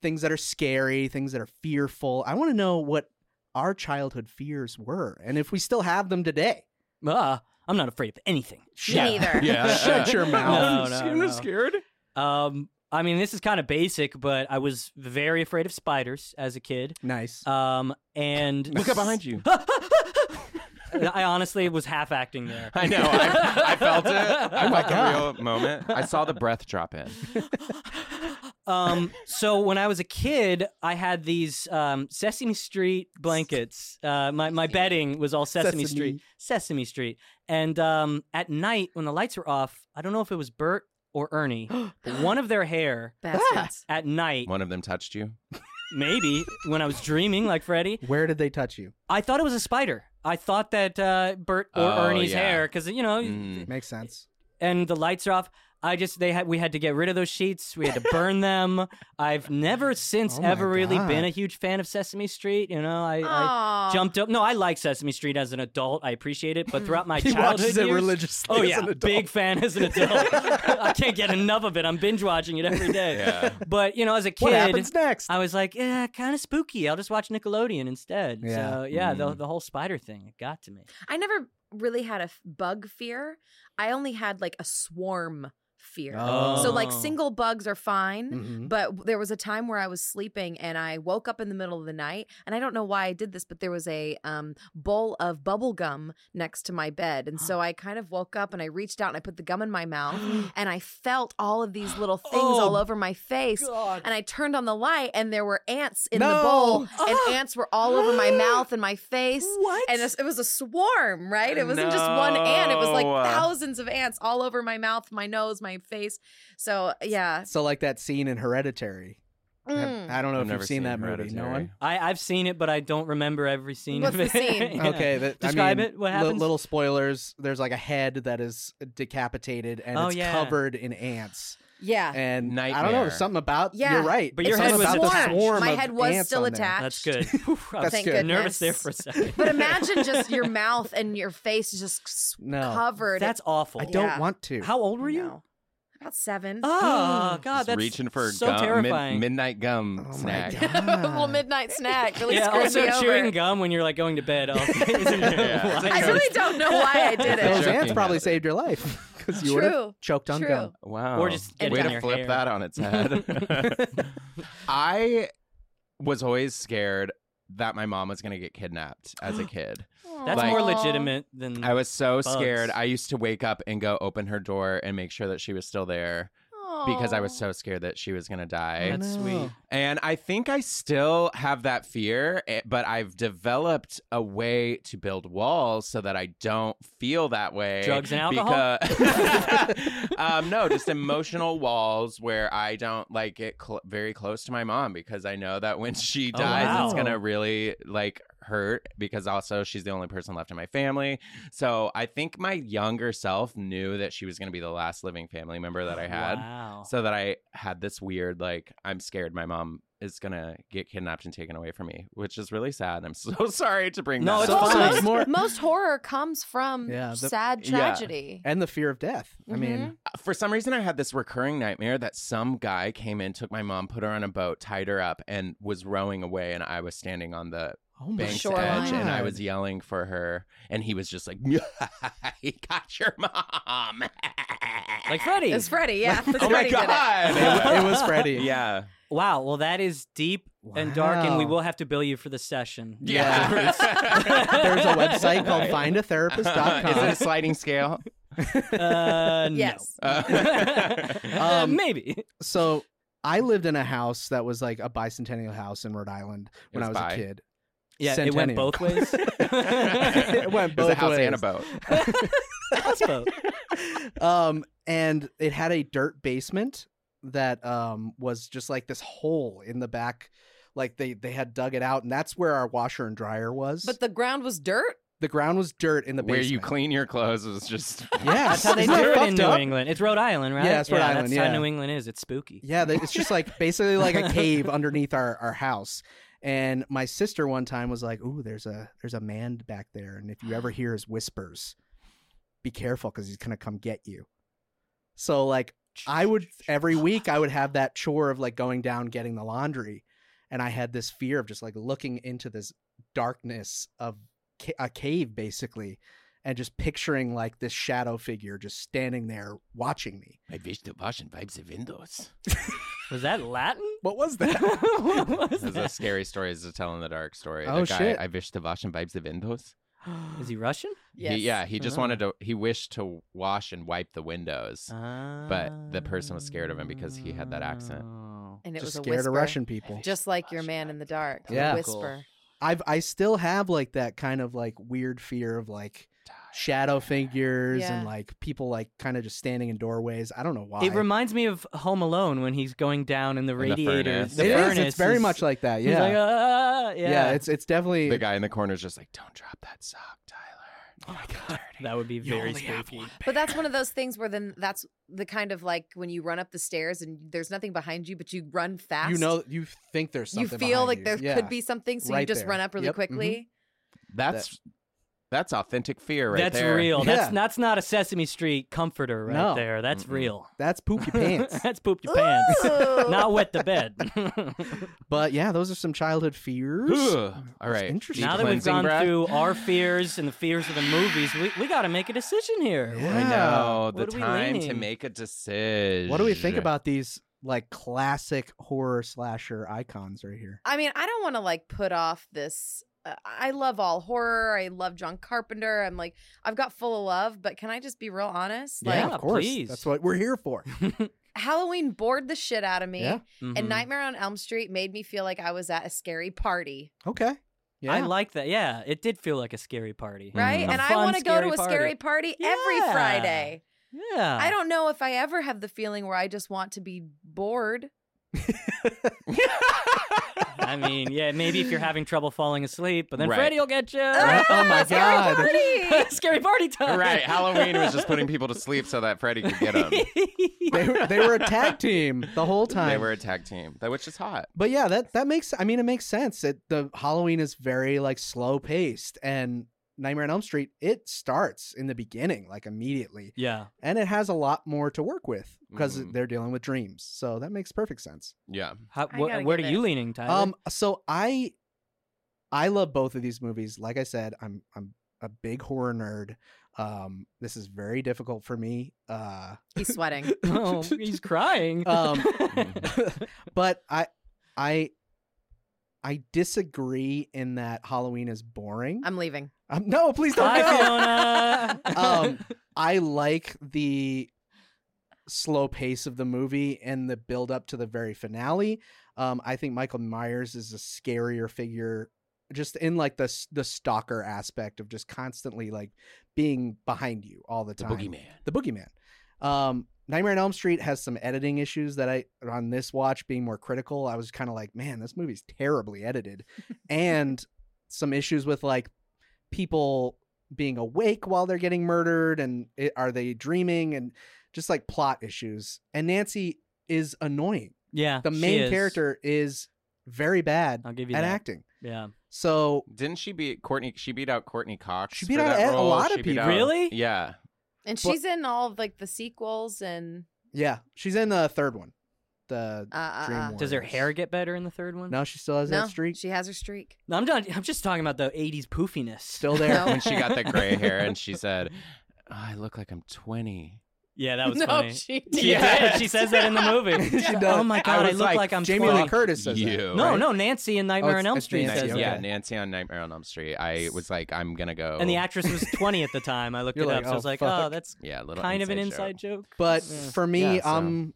[SPEAKER 1] things that are scary, things that are fearful. I want to know what our childhood fears were and if we still have them today.
[SPEAKER 3] Uh, I'm not afraid of anything.
[SPEAKER 4] Me neither.
[SPEAKER 2] Yeah.
[SPEAKER 1] Shut your mouth.
[SPEAKER 3] No, no, no.
[SPEAKER 2] scared.
[SPEAKER 3] Um, I mean, this is kind of basic, but I was very afraid of spiders as a kid.
[SPEAKER 1] Nice.
[SPEAKER 3] Um, and
[SPEAKER 2] Look up behind you.
[SPEAKER 3] I honestly was half acting there.
[SPEAKER 2] I know. I, I felt it. I
[SPEAKER 1] Oh my
[SPEAKER 2] felt the real moment. I saw the breath drop in.
[SPEAKER 3] um, so when I was a kid, I had these um, Sesame Street blankets. Uh, my my bedding was all Sesame,
[SPEAKER 1] Sesame.
[SPEAKER 3] Street, Sesame Street. And um, at night, when the lights were off, I don't know if it was Bert or Ernie, but one of their hair
[SPEAKER 4] Bastards.
[SPEAKER 3] at night,
[SPEAKER 2] One of them touched you.
[SPEAKER 3] maybe when I was dreaming like Freddy,
[SPEAKER 1] Where did they touch you?
[SPEAKER 3] I thought it was a spider. I thought that uh, Bert or
[SPEAKER 2] Oh,
[SPEAKER 3] Ernie's
[SPEAKER 2] yeah.
[SPEAKER 3] hair, because Oh, you know,
[SPEAKER 2] Mm.
[SPEAKER 1] Makes sense.
[SPEAKER 3] and the lights are off. I just they had we had to get rid of those sheets. We had to burn them. I've never since
[SPEAKER 1] Oh my
[SPEAKER 3] ever really
[SPEAKER 1] God.
[SPEAKER 3] been a huge fan of Sesame Street. You know, I, I
[SPEAKER 4] Aw.
[SPEAKER 3] jumped up. No, I like Sesame Street as an adult. I appreciate it, but throughout my
[SPEAKER 1] He
[SPEAKER 3] childhood
[SPEAKER 1] watches it
[SPEAKER 3] years-
[SPEAKER 1] religiously.
[SPEAKER 3] Oh
[SPEAKER 1] as
[SPEAKER 3] yeah,
[SPEAKER 1] an adult.
[SPEAKER 3] big fan as an adult. I can't get enough of it. I'm binge watching it every day.
[SPEAKER 2] Yeah.
[SPEAKER 3] But you know, as a kid,
[SPEAKER 1] What happens next?
[SPEAKER 3] I was like, yeah, kind of spooky. I'll just watch Nickelodeon instead.
[SPEAKER 1] Yeah.
[SPEAKER 3] So yeah, the,
[SPEAKER 2] Mm.
[SPEAKER 3] the whole spider thing it got to me.
[SPEAKER 4] I never really had a f- bug fear. I only had like a swarm fear.
[SPEAKER 1] Oh.
[SPEAKER 4] So like single bugs are fine.
[SPEAKER 3] Mm-hmm.
[SPEAKER 1] Mhm.
[SPEAKER 4] But there was a time where I was sleeping and I woke up in the middle of the night and I don't know why I did this, but there was a um, bowl of bubble gum next to my bed, and so I kind of woke up and I reached out and I put the gum in my mouth and I felt all of these little things
[SPEAKER 3] Oh,
[SPEAKER 4] all over my face.
[SPEAKER 3] God.
[SPEAKER 4] And I turned on the light and there were ants in
[SPEAKER 1] No.
[SPEAKER 4] the bowl,
[SPEAKER 3] Ah.
[SPEAKER 4] and ants were all over my mouth and my face.
[SPEAKER 3] What?
[SPEAKER 4] And it's- it was a swarm, right? It wasn't just one ant; it was like
[SPEAKER 2] No.
[SPEAKER 4] thousands of ants all over my mouth, my nose, my face. So yeah,
[SPEAKER 1] So like that scene in Hereditary.
[SPEAKER 4] Mm.
[SPEAKER 1] I don't know
[SPEAKER 2] I've
[SPEAKER 1] if
[SPEAKER 2] never
[SPEAKER 1] you've seen, that movie. No
[SPEAKER 2] Hereditary.
[SPEAKER 1] one.
[SPEAKER 3] I, I've seen it, but I don't remember every scene.
[SPEAKER 4] What's
[SPEAKER 3] of it.
[SPEAKER 4] the scene?
[SPEAKER 3] Yeah.
[SPEAKER 1] Okay, that,
[SPEAKER 3] Describe
[SPEAKER 1] I mean,
[SPEAKER 3] it. What
[SPEAKER 1] li-
[SPEAKER 3] happens?
[SPEAKER 1] little spoilers. There's like a head that is decapitated and
[SPEAKER 3] Oh,
[SPEAKER 1] it's
[SPEAKER 3] yeah.
[SPEAKER 1] covered in ants.
[SPEAKER 4] yeah.
[SPEAKER 1] And I don't know.
[SPEAKER 2] Nightmare.
[SPEAKER 1] There's something about.
[SPEAKER 4] Yeah.
[SPEAKER 1] You're right.
[SPEAKER 3] But your
[SPEAKER 1] It's
[SPEAKER 3] head
[SPEAKER 1] something
[SPEAKER 3] was
[SPEAKER 1] about the
[SPEAKER 3] attached.
[SPEAKER 1] swarm.
[SPEAKER 4] My
[SPEAKER 1] of
[SPEAKER 4] head was
[SPEAKER 1] ants
[SPEAKER 4] still
[SPEAKER 1] on there.
[SPEAKER 3] That's
[SPEAKER 4] attached.
[SPEAKER 3] good. Whew, I was
[SPEAKER 1] That's
[SPEAKER 4] Thank
[SPEAKER 1] good.
[SPEAKER 3] nervous
[SPEAKER 4] goodness.
[SPEAKER 3] there for a second.
[SPEAKER 4] But imagine just your mouth and your face just s-
[SPEAKER 1] No.
[SPEAKER 4] covered.
[SPEAKER 3] That's awful.
[SPEAKER 1] I don't
[SPEAKER 4] Yeah.
[SPEAKER 1] want to.
[SPEAKER 3] How old were you?
[SPEAKER 4] No. about seven.
[SPEAKER 3] Oh God,
[SPEAKER 2] Just
[SPEAKER 3] that's
[SPEAKER 2] reaching for
[SPEAKER 3] so
[SPEAKER 2] gum, mid-
[SPEAKER 3] terrifying.
[SPEAKER 2] midnight gum
[SPEAKER 1] Oh
[SPEAKER 2] snack.
[SPEAKER 1] my
[SPEAKER 4] a little
[SPEAKER 1] god.
[SPEAKER 4] midnight snack really
[SPEAKER 3] yeah,
[SPEAKER 4] screwed
[SPEAKER 3] also
[SPEAKER 4] me over.
[SPEAKER 3] chewing gum when you're like going to bed. Also, isn't it?
[SPEAKER 2] Yeah.
[SPEAKER 3] Why?
[SPEAKER 4] I really don't know why I did
[SPEAKER 1] Those
[SPEAKER 4] it.
[SPEAKER 2] Joking
[SPEAKER 1] ants probably
[SPEAKER 2] at it.
[SPEAKER 1] saved your life because you would have
[SPEAKER 4] True.
[SPEAKER 1] choked on
[SPEAKER 4] True.
[SPEAKER 1] gum.
[SPEAKER 2] Wow.
[SPEAKER 3] Or just get it
[SPEAKER 2] way
[SPEAKER 3] in
[SPEAKER 2] to
[SPEAKER 3] your
[SPEAKER 2] flip
[SPEAKER 3] hair.
[SPEAKER 2] that on its head. I was always scared that my mom was going to get kidnapped as a kid.
[SPEAKER 3] That's
[SPEAKER 2] Like-
[SPEAKER 3] more legitimate than
[SPEAKER 2] I was so
[SPEAKER 3] Bugs.
[SPEAKER 2] scared. I used to wake up and go open her door and make sure that she was still there because I was so scared that she was going to die.
[SPEAKER 3] That's
[SPEAKER 1] No.
[SPEAKER 3] sweet.
[SPEAKER 2] And I think I still have that fear, eh, but I've developed a way to build walls so that I don't feel that way.
[SPEAKER 3] Drugs and alcohol?
[SPEAKER 2] Because, um, no, just emotional walls where I don't like get cl- very close to my mom because I know that when she
[SPEAKER 3] Oh,
[SPEAKER 2] dies, it's
[SPEAKER 3] wow.
[SPEAKER 2] gonna really like hurt because also she's the only person left in my family. So I think my younger self knew that she was gonna be the last living family member
[SPEAKER 3] Oh,
[SPEAKER 2] that I had
[SPEAKER 3] Wow.
[SPEAKER 2] so that I had this weird like I'm scared my mom is gonna get kidnapped and taken away from me, which is really sad. I'm so sorry to bring
[SPEAKER 3] No,
[SPEAKER 2] that
[SPEAKER 3] it's
[SPEAKER 2] up.
[SPEAKER 4] Well,
[SPEAKER 1] fine.
[SPEAKER 4] most,
[SPEAKER 1] More-
[SPEAKER 4] most horror comes from
[SPEAKER 1] Yeah, the-
[SPEAKER 4] sad
[SPEAKER 2] yeah.
[SPEAKER 4] tragedy.
[SPEAKER 1] And the fear of death. I
[SPEAKER 4] Mm-hmm.
[SPEAKER 1] mean,
[SPEAKER 2] For some reason, I had this recurring nightmare that some guy came in, took my mom, put her on a boat, tied her up, and was rowing away, and I was standing on the
[SPEAKER 1] oh my
[SPEAKER 2] bank's
[SPEAKER 4] Shoreline.
[SPEAKER 2] edge, and I
[SPEAKER 1] God.
[SPEAKER 2] was yelling for her, and he was just like, "He got your mom!"
[SPEAKER 3] Like Freddy.
[SPEAKER 4] It's Freddy, yeah.
[SPEAKER 2] oh my
[SPEAKER 4] Freddy did it.
[SPEAKER 2] god!
[SPEAKER 1] it, wa- it was Freddy.
[SPEAKER 2] yeah.
[SPEAKER 3] Wow. Well, that is deep and dark, and we
[SPEAKER 1] Wow.
[SPEAKER 3] will have to bill you for the session.
[SPEAKER 2] Yeah.
[SPEAKER 1] There's a website called
[SPEAKER 2] Right.
[SPEAKER 1] findatherapist.com.
[SPEAKER 2] Is it a sliding scale?
[SPEAKER 3] Uh, no.
[SPEAKER 4] Yes.
[SPEAKER 3] Uh,
[SPEAKER 1] Um,
[SPEAKER 3] maybe.
[SPEAKER 1] so I lived in a house that was like a bicentennial house in Rhode Island when I was
[SPEAKER 2] was bi.
[SPEAKER 1] a kid.
[SPEAKER 3] Yeah, it went
[SPEAKER 1] Centennial.
[SPEAKER 3] both ways.
[SPEAKER 1] It went
[SPEAKER 2] It was a
[SPEAKER 1] both
[SPEAKER 2] house
[SPEAKER 1] ways.
[SPEAKER 2] and a boat.
[SPEAKER 3] That's both.
[SPEAKER 1] um, and it had a dirt basement that um was just like this hole in the back, like they they had dug it out, and that's where our washer and dryer was.
[SPEAKER 4] But the ground was dirt?
[SPEAKER 1] the ground was dirt in the
[SPEAKER 2] Where
[SPEAKER 1] basement.
[SPEAKER 2] you clean your clothes was just.
[SPEAKER 1] Yeah,
[SPEAKER 3] That's how they
[SPEAKER 1] isn't that
[SPEAKER 3] do it in
[SPEAKER 1] fucked
[SPEAKER 3] New
[SPEAKER 1] up?
[SPEAKER 3] England. It's Rhode Island, right?
[SPEAKER 1] Yeah, it's Rhode Island,
[SPEAKER 3] That's
[SPEAKER 1] yeah.
[SPEAKER 3] how New England is. It's spooky.
[SPEAKER 1] Yeah, they- it's just like basically like a cave underneath our our house, And my sister one time was like, "Ooh, there's a there's a man back there, and if you ever hear his whispers, be careful because he's gonna come get you." So like I would every week I would have that chore of like going down getting the laundry, and I had this fear of just like looking into this darkness of ca- a cave basically, and just picturing like this shadow figure just standing there watching me.
[SPEAKER 2] I wish to wash and wipe the windows.
[SPEAKER 3] Was that Latin?
[SPEAKER 1] What was that?
[SPEAKER 3] What was
[SPEAKER 2] This is a
[SPEAKER 3] that?
[SPEAKER 2] scary story. It's a tell in the dark story.
[SPEAKER 1] Oh,
[SPEAKER 2] the guy,
[SPEAKER 1] shit.
[SPEAKER 2] I wish to wash and wipe the windows.
[SPEAKER 3] Is he Russian?
[SPEAKER 2] He, yeah, he just
[SPEAKER 3] Oh.
[SPEAKER 2] wanted to. He wished to wash and wipe the windows.
[SPEAKER 3] But
[SPEAKER 2] the person was scared of him because he had that accent.
[SPEAKER 3] Oh.
[SPEAKER 4] And it
[SPEAKER 1] just
[SPEAKER 4] was a
[SPEAKER 1] scared
[SPEAKER 4] whisper.
[SPEAKER 1] of Russian people.
[SPEAKER 4] Just like your man in the dark. a
[SPEAKER 1] Yeah.
[SPEAKER 4] Whisper.
[SPEAKER 1] I've I still have like that kind of like weird fear of like shadow figures
[SPEAKER 4] Yeah.
[SPEAKER 1] and like people like kind of just standing in doorways. I don't know why.
[SPEAKER 3] It reminds me of Home Alone when he's going down in the
[SPEAKER 2] the
[SPEAKER 3] radiator.
[SPEAKER 2] furnace.
[SPEAKER 1] It is,
[SPEAKER 3] furnace
[SPEAKER 1] It's very
[SPEAKER 3] is-
[SPEAKER 1] much like that.
[SPEAKER 3] he's
[SPEAKER 1] Yeah.
[SPEAKER 3] like, "Ah,"
[SPEAKER 1] yeah.
[SPEAKER 3] yeah.
[SPEAKER 1] It's it's definitely.
[SPEAKER 2] The guy in the corner is just like, "Don't drop that sock, Tyler."
[SPEAKER 3] Oh my God. That would be very spooky.
[SPEAKER 4] But that's one of those things where then that's the kind of like when you run up the stairs and there's nothing behind you, but you run fast.
[SPEAKER 1] you know, you think there's
[SPEAKER 4] you
[SPEAKER 1] something.
[SPEAKER 4] feel
[SPEAKER 1] behind
[SPEAKER 4] like
[SPEAKER 1] you.
[SPEAKER 4] there
[SPEAKER 1] Yeah.
[SPEAKER 4] could be something, so you
[SPEAKER 1] Right
[SPEAKER 4] just
[SPEAKER 1] there.
[SPEAKER 4] run up really
[SPEAKER 1] Yep, mhm.
[SPEAKER 4] quickly.
[SPEAKER 2] That's that's authentic fear right
[SPEAKER 3] that's
[SPEAKER 2] there.
[SPEAKER 3] real. That's
[SPEAKER 1] Yeah.
[SPEAKER 3] that's not a Sesame Street comforter right
[SPEAKER 1] No.
[SPEAKER 3] there. That's
[SPEAKER 2] Mm-mm.
[SPEAKER 3] real.
[SPEAKER 1] That's poop your pants.
[SPEAKER 3] that's pooped your pants.
[SPEAKER 4] Ooh.
[SPEAKER 3] not wet the bed.
[SPEAKER 1] But yeah, those are some childhood fears.
[SPEAKER 2] Ugh. All right.
[SPEAKER 1] interesting.
[SPEAKER 2] deep
[SPEAKER 3] now that we've
[SPEAKER 2] cleansing
[SPEAKER 3] gone
[SPEAKER 2] breath.
[SPEAKER 3] through our fears and the fears of the movies, we, we got to make a decision here.
[SPEAKER 1] Yeah.
[SPEAKER 2] I know the
[SPEAKER 3] What are we
[SPEAKER 2] time to
[SPEAKER 3] leaning?
[SPEAKER 2] make a decision.
[SPEAKER 1] What do we think about these like classic horror slasher icons right here?
[SPEAKER 4] I mean, I don't want to like put off this. Uh, I love all horror. I love John Carpenter. I'm like, I've got full of love, but can I just be real honest? Like,
[SPEAKER 1] yeah, of course.
[SPEAKER 3] please.
[SPEAKER 1] That's what we're here for.
[SPEAKER 4] Halloween bored the shit out of me,
[SPEAKER 1] Yeah.
[SPEAKER 3] Mhm.
[SPEAKER 4] and Nightmare on Elm Street made me feel like I was at a scary party,
[SPEAKER 1] Okay. Yeah.
[SPEAKER 3] I like that. Yeah, it did feel like a scary party.
[SPEAKER 2] Mm.
[SPEAKER 4] right?
[SPEAKER 2] A
[SPEAKER 4] And I
[SPEAKER 3] fun,
[SPEAKER 4] want to go to
[SPEAKER 3] scary
[SPEAKER 4] a
[SPEAKER 3] party.
[SPEAKER 4] scary party every
[SPEAKER 3] Yeah. Uh.
[SPEAKER 4] Friday.
[SPEAKER 3] Yeah.
[SPEAKER 4] I don't know if I ever have the feeling where I just want to be bored.
[SPEAKER 3] I mean, yeah, maybe if you're having trouble falling asleep, but then
[SPEAKER 2] Right.
[SPEAKER 3] Freddy will get you.
[SPEAKER 1] Oh my
[SPEAKER 4] Scary
[SPEAKER 1] God.
[SPEAKER 4] party!
[SPEAKER 3] scary party time.
[SPEAKER 2] right, Halloween was just putting people to sleep so that Freddy could get them.
[SPEAKER 1] they, were, they were a tag team the whole time.
[SPEAKER 2] They were a tag team, that which is hot.
[SPEAKER 1] but yeah, that that makes. I mean, it makes sense. It, the Halloween is very like slow paced, and Nightmare on Elm Street it starts in the beginning, like immediately,
[SPEAKER 3] yeah.
[SPEAKER 1] and it has a lot more to work with because
[SPEAKER 2] Mhm.
[SPEAKER 1] they're dealing with dreams. So that makes perfect sense.
[SPEAKER 2] Yeah,
[SPEAKER 3] How,
[SPEAKER 4] I
[SPEAKER 3] wh-
[SPEAKER 4] gotta
[SPEAKER 3] where are
[SPEAKER 4] give
[SPEAKER 3] you
[SPEAKER 4] it-
[SPEAKER 3] leaning, Tyler?
[SPEAKER 1] Um, so I, I love both of these movies. Like I said, I'm I'm a big horror nerd. Um, this is very difficult for me. Uh,
[SPEAKER 4] He's sweating.
[SPEAKER 3] oh, he's crying.
[SPEAKER 1] Um, but I, I, I disagree in that Halloween is boring.
[SPEAKER 4] I'm leaving.
[SPEAKER 1] Um, no, please don't.
[SPEAKER 3] Hi,
[SPEAKER 1] go.
[SPEAKER 3] Fiona.
[SPEAKER 1] um, I like the slow pace of the movie and the build up to the very finale. Um, I think Michael Myers is a scarier figure, just in like the s- the stalker aspect of just constantly like being behind you all the
[SPEAKER 2] the
[SPEAKER 1] time.
[SPEAKER 2] boogeyman.
[SPEAKER 1] The boogeyman. Um, Nightmare on Elm Street has some editing issues that I on this watch being more critical. I was kind of like, man, this movie's terribly edited, and some issues with like people being awake while they're getting murdered and it, are they dreaming and just like plot issues. And Nancy is annoying.
[SPEAKER 3] yeah.
[SPEAKER 1] The
[SPEAKER 3] she
[SPEAKER 1] main
[SPEAKER 3] is.
[SPEAKER 1] character is very bad
[SPEAKER 3] I'll give you
[SPEAKER 1] at
[SPEAKER 3] that.
[SPEAKER 1] acting.
[SPEAKER 3] Yeah.
[SPEAKER 1] So
[SPEAKER 2] Didn't she beat Courtney? She beat out Courtney Cox.
[SPEAKER 1] She beat
[SPEAKER 2] for
[SPEAKER 1] out
[SPEAKER 2] that
[SPEAKER 1] a- a
[SPEAKER 2] role.
[SPEAKER 1] lot of
[SPEAKER 2] She beat
[SPEAKER 1] people.
[SPEAKER 2] out-
[SPEAKER 3] Really?
[SPEAKER 2] Yeah.
[SPEAKER 1] But-
[SPEAKER 4] And she's in all of like the sequels and
[SPEAKER 1] yeah, she's in the third one. The
[SPEAKER 4] uh, uh,
[SPEAKER 1] Dream
[SPEAKER 4] uh.
[SPEAKER 1] Warriors.
[SPEAKER 3] Does her hair get better in the third one?
[SPEAKER 1] no, she still has
[SPEAKER 4] no,
[SPEAKER 1] that streak.
[SPEAKER 4] She has her streak.
[SPEAKER 3] No, I'm done. I'm just talking about the '80s poofiness.
[SPEAKER 1] Still there.
[SPEAKER 4] No.
[SPEAKER 2] When she got the gray hair and she said, "I look like I'm 20."
[SPEAKER 3] yeah, that was
[SPEAKER 4] no,
[SPEAKER 3] funny.
[SPEAKER 4] she did.
[SPEAKER 3] She did. She says that in the movie.
[SPEAKER 1] She does.
[SPEAKER 3] Oh my god, I,
[SPEAKER 2] was
[SPEAKER 3] look like, I'm
[SPEAKER 1] Jamie
[SPEAKER 3] 20.
[SPEAKER 1] Lee Curtis says that.
[SPEAKER 2] You.
[SPEAKER 3] No,
[SPEAKER 1] right? Oh,
[SPEAKER 3] no, Nancy in Nightmare on
[SPEAKER 1] it's-
[SPEAKER 3] Elm
[SPEAKER 1] it's
[SPEAKER 3] Street
[SPEAKER 1] Nancy,
[SPEAKER 3] says
[SPEAKER 2] Nancy,
[SPEAKER 3] that.
[SPEAKER 1] okay.
[SPEAKER 2] Yeah, Nancy on Nightmare on Elm Street. I was like, I'm gonna go.
[SPEAKER 3] And the actress was 20 at the time. I looked
[SPEAKER 1] You're
[SPEAKER 3] it
[SPEAKER 1] like,
[SPEAKER 3] up. so I was
[SPEAKER 1] "Oh,
[SPEAKER 3] like,
[SPEAKER 1] fuck."
[SPEAKER 3] oh, that's
[SPEAKER 2] yeah, a little
[SPEAKER 3] kind of an inside joke.
[SPEAKER 1] But
[SPEAKER 3] Yeah.
[SPEAKER 1] for me,
[SPEAKER 2] Yeah, so-
[SPEAKER 1] I'm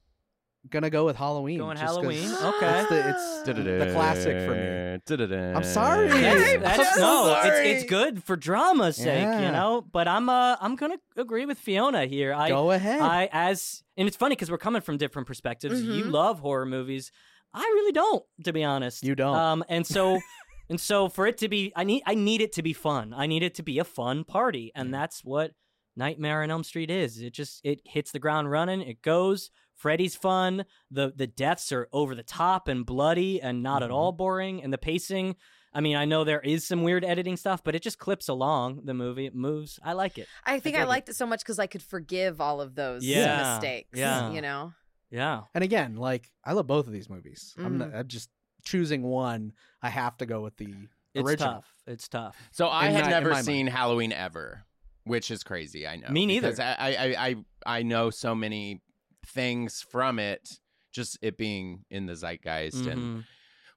[SPEAKER 1] gonna go with Halloween.
[SPEAKER 3] Going
[SPEAKER 1] just 'cause
[SPEAKER 3] Halloween?
[SPEAKER 4] Okay.
[SPEAKER 1] It's the, it's the classic for me.
[SPEAKER 2] me.
[SPEAKER 1] I'm sorry.
[SPEAKER 3] That's,
[SPEAKER 1] I'm
[SPEAKER 3] that's-
[SPEAKER 1] so
[SPEAKER 3] no,
[SPEAKER 1] sorry.
[SPEAKER 3] it's, it's good for drama's sake,
[SPEAKER 1] Yeah.
[SPEAKER 3] you know. But I'm uh, I'm gonna agree with Fiona here. I
[SPEAKER 1] go ahead.
[SPEAKER 3] I as and it's funny because we're coming from different perspectives. You
[SPEAKER 1] Mm-hmm.
[SPEAKER 4] Mhm.
[SPEAKER 3] love horror movies. I really don't, to be honest.
[SPEAKER 2] Oh.
[SPEAKER 1] you don't.
[SPEAKER 3] Um, and so, and so for it to be, I need, I need it to be fun. I need it to be a fun party, and that's what Nightmare on Elm Street is. It just, it hits the ground running. It goes Freddy's fun. The the deaths are over the top and bloody and not at
[SPEAKER 2] Mm-hmm.
[SPEAKER 3] all boring. And the pacing, I mean, I know there is some weird editing stuff, but it just clips along the movie. It moves. I like it.
[SPEAKER 4] I think I,
[SPEAKER 3] dug it.
[SPEAKER 4] liked it so much because I could forgive all of those
[SPEAKER 3] Yeah,
[SPEAKER 4] mistakes.
[SPEAKER 3] yeah.
[SPEAKER 4] You know?
[SPEAKER 3] Yeah.
[SPEAKER 1] And again, like I love both of these movies.
[SPEAKER 3] Mm.
[SPEAKER 1] I'm,
[SPEAKER 4] Mhm.
[SPEAKER 1] not, I'm just choosing one. I have to go with the
[SPEAKER 3] It's
[SPEAKER 1] original.
[SPEAKER 3] tough. It's tough.
[SPEAKER 2] So I
[SPEAKER 1] In
[SPEAKER 2] had
[SPEAKER 1] my- in
[SPEAKER 2] never
[SPEAKER 1] my mind.
[SPEAKER 2] seen Halloween ever, which is crazy. I know.
[SPEAKER 3] Me neither.
[SPEAKER 2] because I, I I I know so many things from it, just it being in the zeitgeist
[SPEAKER 1] Mm-hmm.
[SPEAKER 2] and
[SPEAKER 3] Mhm.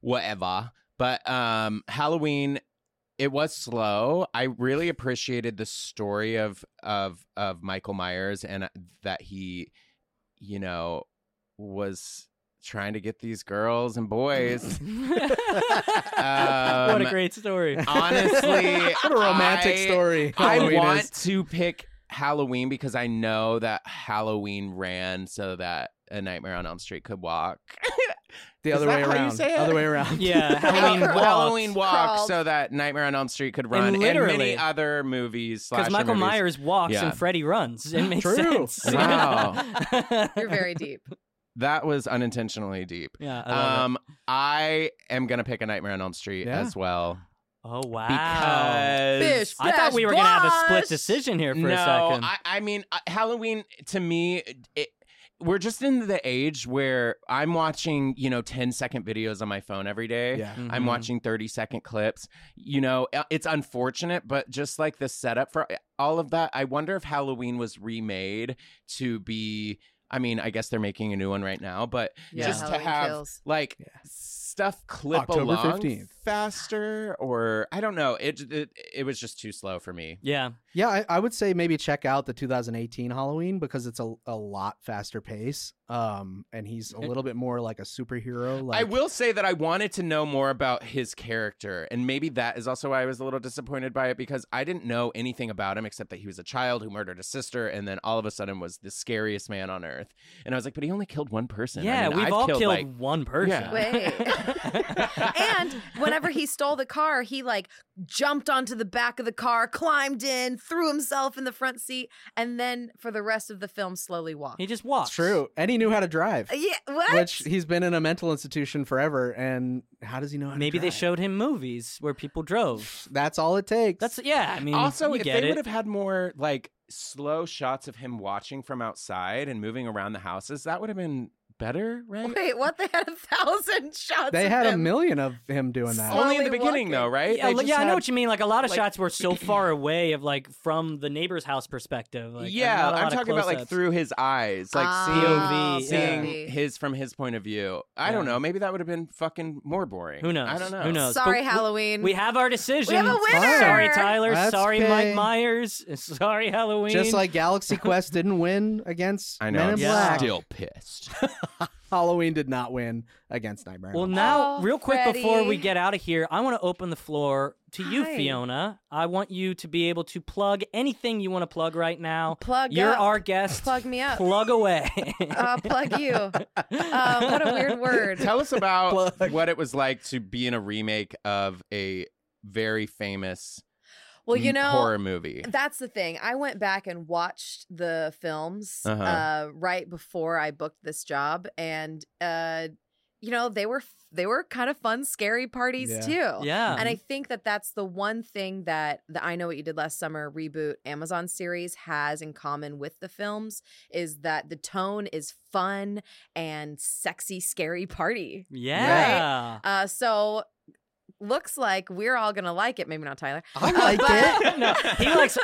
[SPEAKER 2] whatever. But um, Halloween, it was slow. I really appreciated the story of of of Michael Myers and uh, that he, you know, was trying to get these girls and boys.
[SPEAKER 3] what a
[SPEAKER 2] Um,
[SPEAKER 3] great story.
[SPEAKER 2] Honestly,
[SPEAKER 1] What a romantic
[SPEAKER 2] I-
[SPEAKER 1] story.
[SPEAKER 2] I
[SPEAKER 1] Halloween is.
[SPEAKER 2] want to pick Halloween because I know that Halloween ran so that A Nightmare on Elm Street could walk.
[SPEAKER 1] the
[SPEAKER 2] Is
[SPEAKER 1] other
[SPEAKER 2] that
[SPEAKER 1] way
[SPEAKER 2] how you
[SPEAKER 1] around.
[SPEAKER 2] say it?
[SPEAKER 1] Other way around.
[SPEAKER 3] Yeah, Halloween
[SPEAKER 2] Halloween,
[SPEAKER 3] walked.
[SPEAKER 2] Halloween walk
[SPEAKER 4] Crawled.
[SPEAKER 2] so that Nightmare on Elm Street could run, and,
[SPEAKER 3] literally-
[SPEAKER 2] many other movies.
[SPEAKER 3] Because
[SPEAKER 2] Because
[SPEAKER 3] Michael Myers walks
[SPEAKER 2] Yeah.
[SPEAKER 3] and Freddy runs. It makes
[SPEAKER 1] True.
[SPEAKER 3] sense.
[SPEAKER 2] Wow.
[SPEAKER 4] You're very deep.
[SPEAKER 2] that was unintentionally deep.
[SPEAKER 3] Yeah. I love it.
[SPEAKER 2] Um, I am gonna pick A Nightmare on Elm Street
[SPEAKER 1] Yeah.
[SPEAKER 2] as well
[SPEAKER 3] Oh wow.
[SPEAKER 2] because
[SPEAKER 4] Bish,
[SPEAKER 3] I thought we were gonna have a split
[SPEAKER 4] Bash!
[SPEAKER 3] decision here for
[SPEAKER 2] no,
[SPEAKER 3] a second.
[SPEAKER 2] I, I mean, uh, Halloween to me, it, we're just in the age where I'm watching, you know, 10 second videos on my phone every day.
[SPEAKER 1] Yeah.
[SPEAKER 2] I'm
[SPEAKER 3] Mhm.
[SPEAKER 2] watching 30 second clips. You know, uh, it's unfortunate, but just like the setup for uh, all of that, I wonder if Halloween was remade to be. I mean, I guess they're making a new one right now, but
[SPEAKER 4] Yeah.
[SPEAKER 2] just to
[SPEAKER 4] Halloween
[SPEAKER 2] have
[SPEAKER 4] Kills.
[SPEAKER 2] like
[SPEAKER 1] Yeah.
[SPEAKER 2] stuff clip
[SPEAKER 1] October
[SPEAKER 2] along
[SPEAKER 1] 15th.
[SPEAKER 2] faster, or I don't know. It, it it was just too slow for me.
[SPEAKER 3] yeah.
[SPEAKER 1] Yeah, I, I would say maybe check out the 2018 Halloween because it's a, a lot faster pace. Um, and he's
[SPEAKER 3] Eh.
[SPEAKER 1] a little bit more like a superhero. Like
[SPEAKER 2] I will say that I wanted to know more about his character, and maybe that is also why I was a little disappointed by it because I didn't know anything about him except that he was a child who murdered a sister, and then all of a sudden was the scariest man on earth. And I was like, but he only killed one person. I
[SPEAKER 3] Yeah,
[SPEAKER 2] mean,
[SPEAKER 3] we've
[SPEAKER 2] I've
[SPEAKER 3] all
[SPEAKER 2] killed,
[SPEAKER 3] killed,
[SPEAKER 2] like-
[SPEAKER 3] one person.
[SPEAKER 2] Yeah.
[SPEAKER 4] and whenever he stole the car, he like jumped onto the back of the car, climbed in, threw himself in the front seat, and then for the rest of the film, slowly walked.
[SPEAKER 3] he just walks.
[SPEAKER 1] it's true. And he knew how to drive,
[SPEAKER 4] yeah, what?
[SPEAKER 1] which he's been in a mental institution forever. And how does he know? How
[SPEAKER 3] Maybe
[SPEAKER 1] to
[SPEAKER 3] they
[SPEAKER 1] drive?
[SPEAKER 3] showed him movies where people drove.
[SPEAKER 1] That's all it takes.
[SPEAKER 3] That's yeah. I mean,
[SPEAKER 2] also,
[SPEAKER 3] you
[SPEAKER 2] if
[SPEAKER 3] get
[SPEAKER 2] they
[SPEAKER 3] it.
[SPEAKER 2] would have had more like slow shots of him watching from outside and moving around the houses, that would have been better, right?
[SPEAKER 4] Wait, what? They had a thousand shots.
[SPEAKER 1] they
[SPEAKER 4] of
[SPEAKER 1] had a
[SPEAKER 4] him.
[SPEAKER 1] million of him doing that.
[SPEAKER 4] Slow-
[SPEAKER 2] Only in the
[SPEAKER 4] Slowly
[SPEAKER 2] beginning, though,
[SPEAKER 4] walking.
[SPEAKER 2] right?
[SPEAKER 3] yeah,
[SPEAKER 2] They
[SPEAKER 3] li-
[SPEAKER 2] just
[SPEAKER 3] yeah, I know
[SPEAKER 2] had-
[SPEAKER 3] what you mean. Like a lot of
[SPEAKER 2] like-
[SPEAKER 3] shots were so far away of like from the neighbor's house perspective. Like,
[SPEAKER 2] yeah,
[SPEAKER 3] not a
[SPEAKER 2] I'm
[SPEAKER 3] lot of
[SPEAKER 2] talking about like
[SPEAKER 3] close-ups.
[SPEAKER 2] through his eyes, like
[SPEAKER 4] Ah,
[SPEAKER 3] POV,
[SPEAKER 2] seeing, seeing
[SPEAKER 4] POV.
[SPEAKER 2] his from his point of view. I don't
[SPEAKER 3] Yeah.
[SPEAKER 2] know. Maybe that would have been fucking more boring.
[SPEAKER 3] Who knows?
[SPEAKER 2] I don't know.
[SPEAKER 3] Who knows?
[SPEAKER 4] Sorry,
[SPEAKER 3] But we-
[SPEAKER 4] Halloween.
[SPEAKER 3] We have our decision.
[SPEAKER 4] winner!
[SPEAKER 3] Sorry, Tyler.
[SPEAKER 1] That's
[SPEAKER 3] sorry,
[SPEAKER 1] okay.
[SPEAKER 3] Mike Myers. Sorry, Halloween.
[SPEAKER 1] Just like Galaxy Quest didn't win against
[SPEAKER 2] I know.
[SPEAKER 1] Men
[SPEAKER 2] I'm
[SPEAKER 1] in
[SPEAKER 3] Yeah.
[SPEAKER 1] Black,
[SPEAKER 2] still pissed.
[SPEAKER 1] Halloween did not win against Nightmare. on
[SPEAKER 3] Well,
[SPEAKER 1] Elm
[SPEAKER 3] now,
[SPEAKER 4] Oh,
[SPEAKER 3] real quick before we
[SPEAKER 4] Freddie.
[SPEAKER 3] get out of here, I want to open the floor to you,
[SPEAKER 4] Hi.
[SPEAKER 3] Fiona. I want you to be able to plug anything you want to plug right now.
[SPEAKER 4] Plug
[SPEAKER 3] You're
[SPEAKER 4] up.
[SPEAKER 3] our guest.
[SPEAKER 4] Plug me up.
[SPEAKER 3] Plug away.
[SPEAKER 4] uh, plug you. Um, what a weird word.
[SPEAKER 2] Tell us about
[SPEAKER 1] Plug.
[SPEAKER 2] what it was like to be in a remake of a very famous
[SPEAKER 4] Well, you
[SPEAKER 2] m-
[SPEAKER 4] know,
[SPEAKER 2] horror movie.
[SPEAKER 4] That's the thing. I went back and watched the films uh
[SPEAKER 2] Uh-huh.
[SPEAKER 4] right before I booked this job, and uh, you know they were they were kind of fun, scary parties
[SPEAKER 1] Yeah.
[SPEAKER 4] too.
[SPEAKER 3] yeah.
[SPEAKER 4] And I think that that's the one thing that the I Know What You Did Last Summer reboot Amazon series has in common with the films is that the tone is fun and sexy, scary party.
[SPEAKER 3] yeah.
[SPEAKER 4] Uh, so looks like we're all gonna like it. Maybe not Tyler.
[SPEAKER 1] I
[SPEAKER 4] Uh,
[SPEAKER 1] like
[SPEAKER 4] but-
[SPEAKER 1] it.
[SPEAKER 3] no, he likes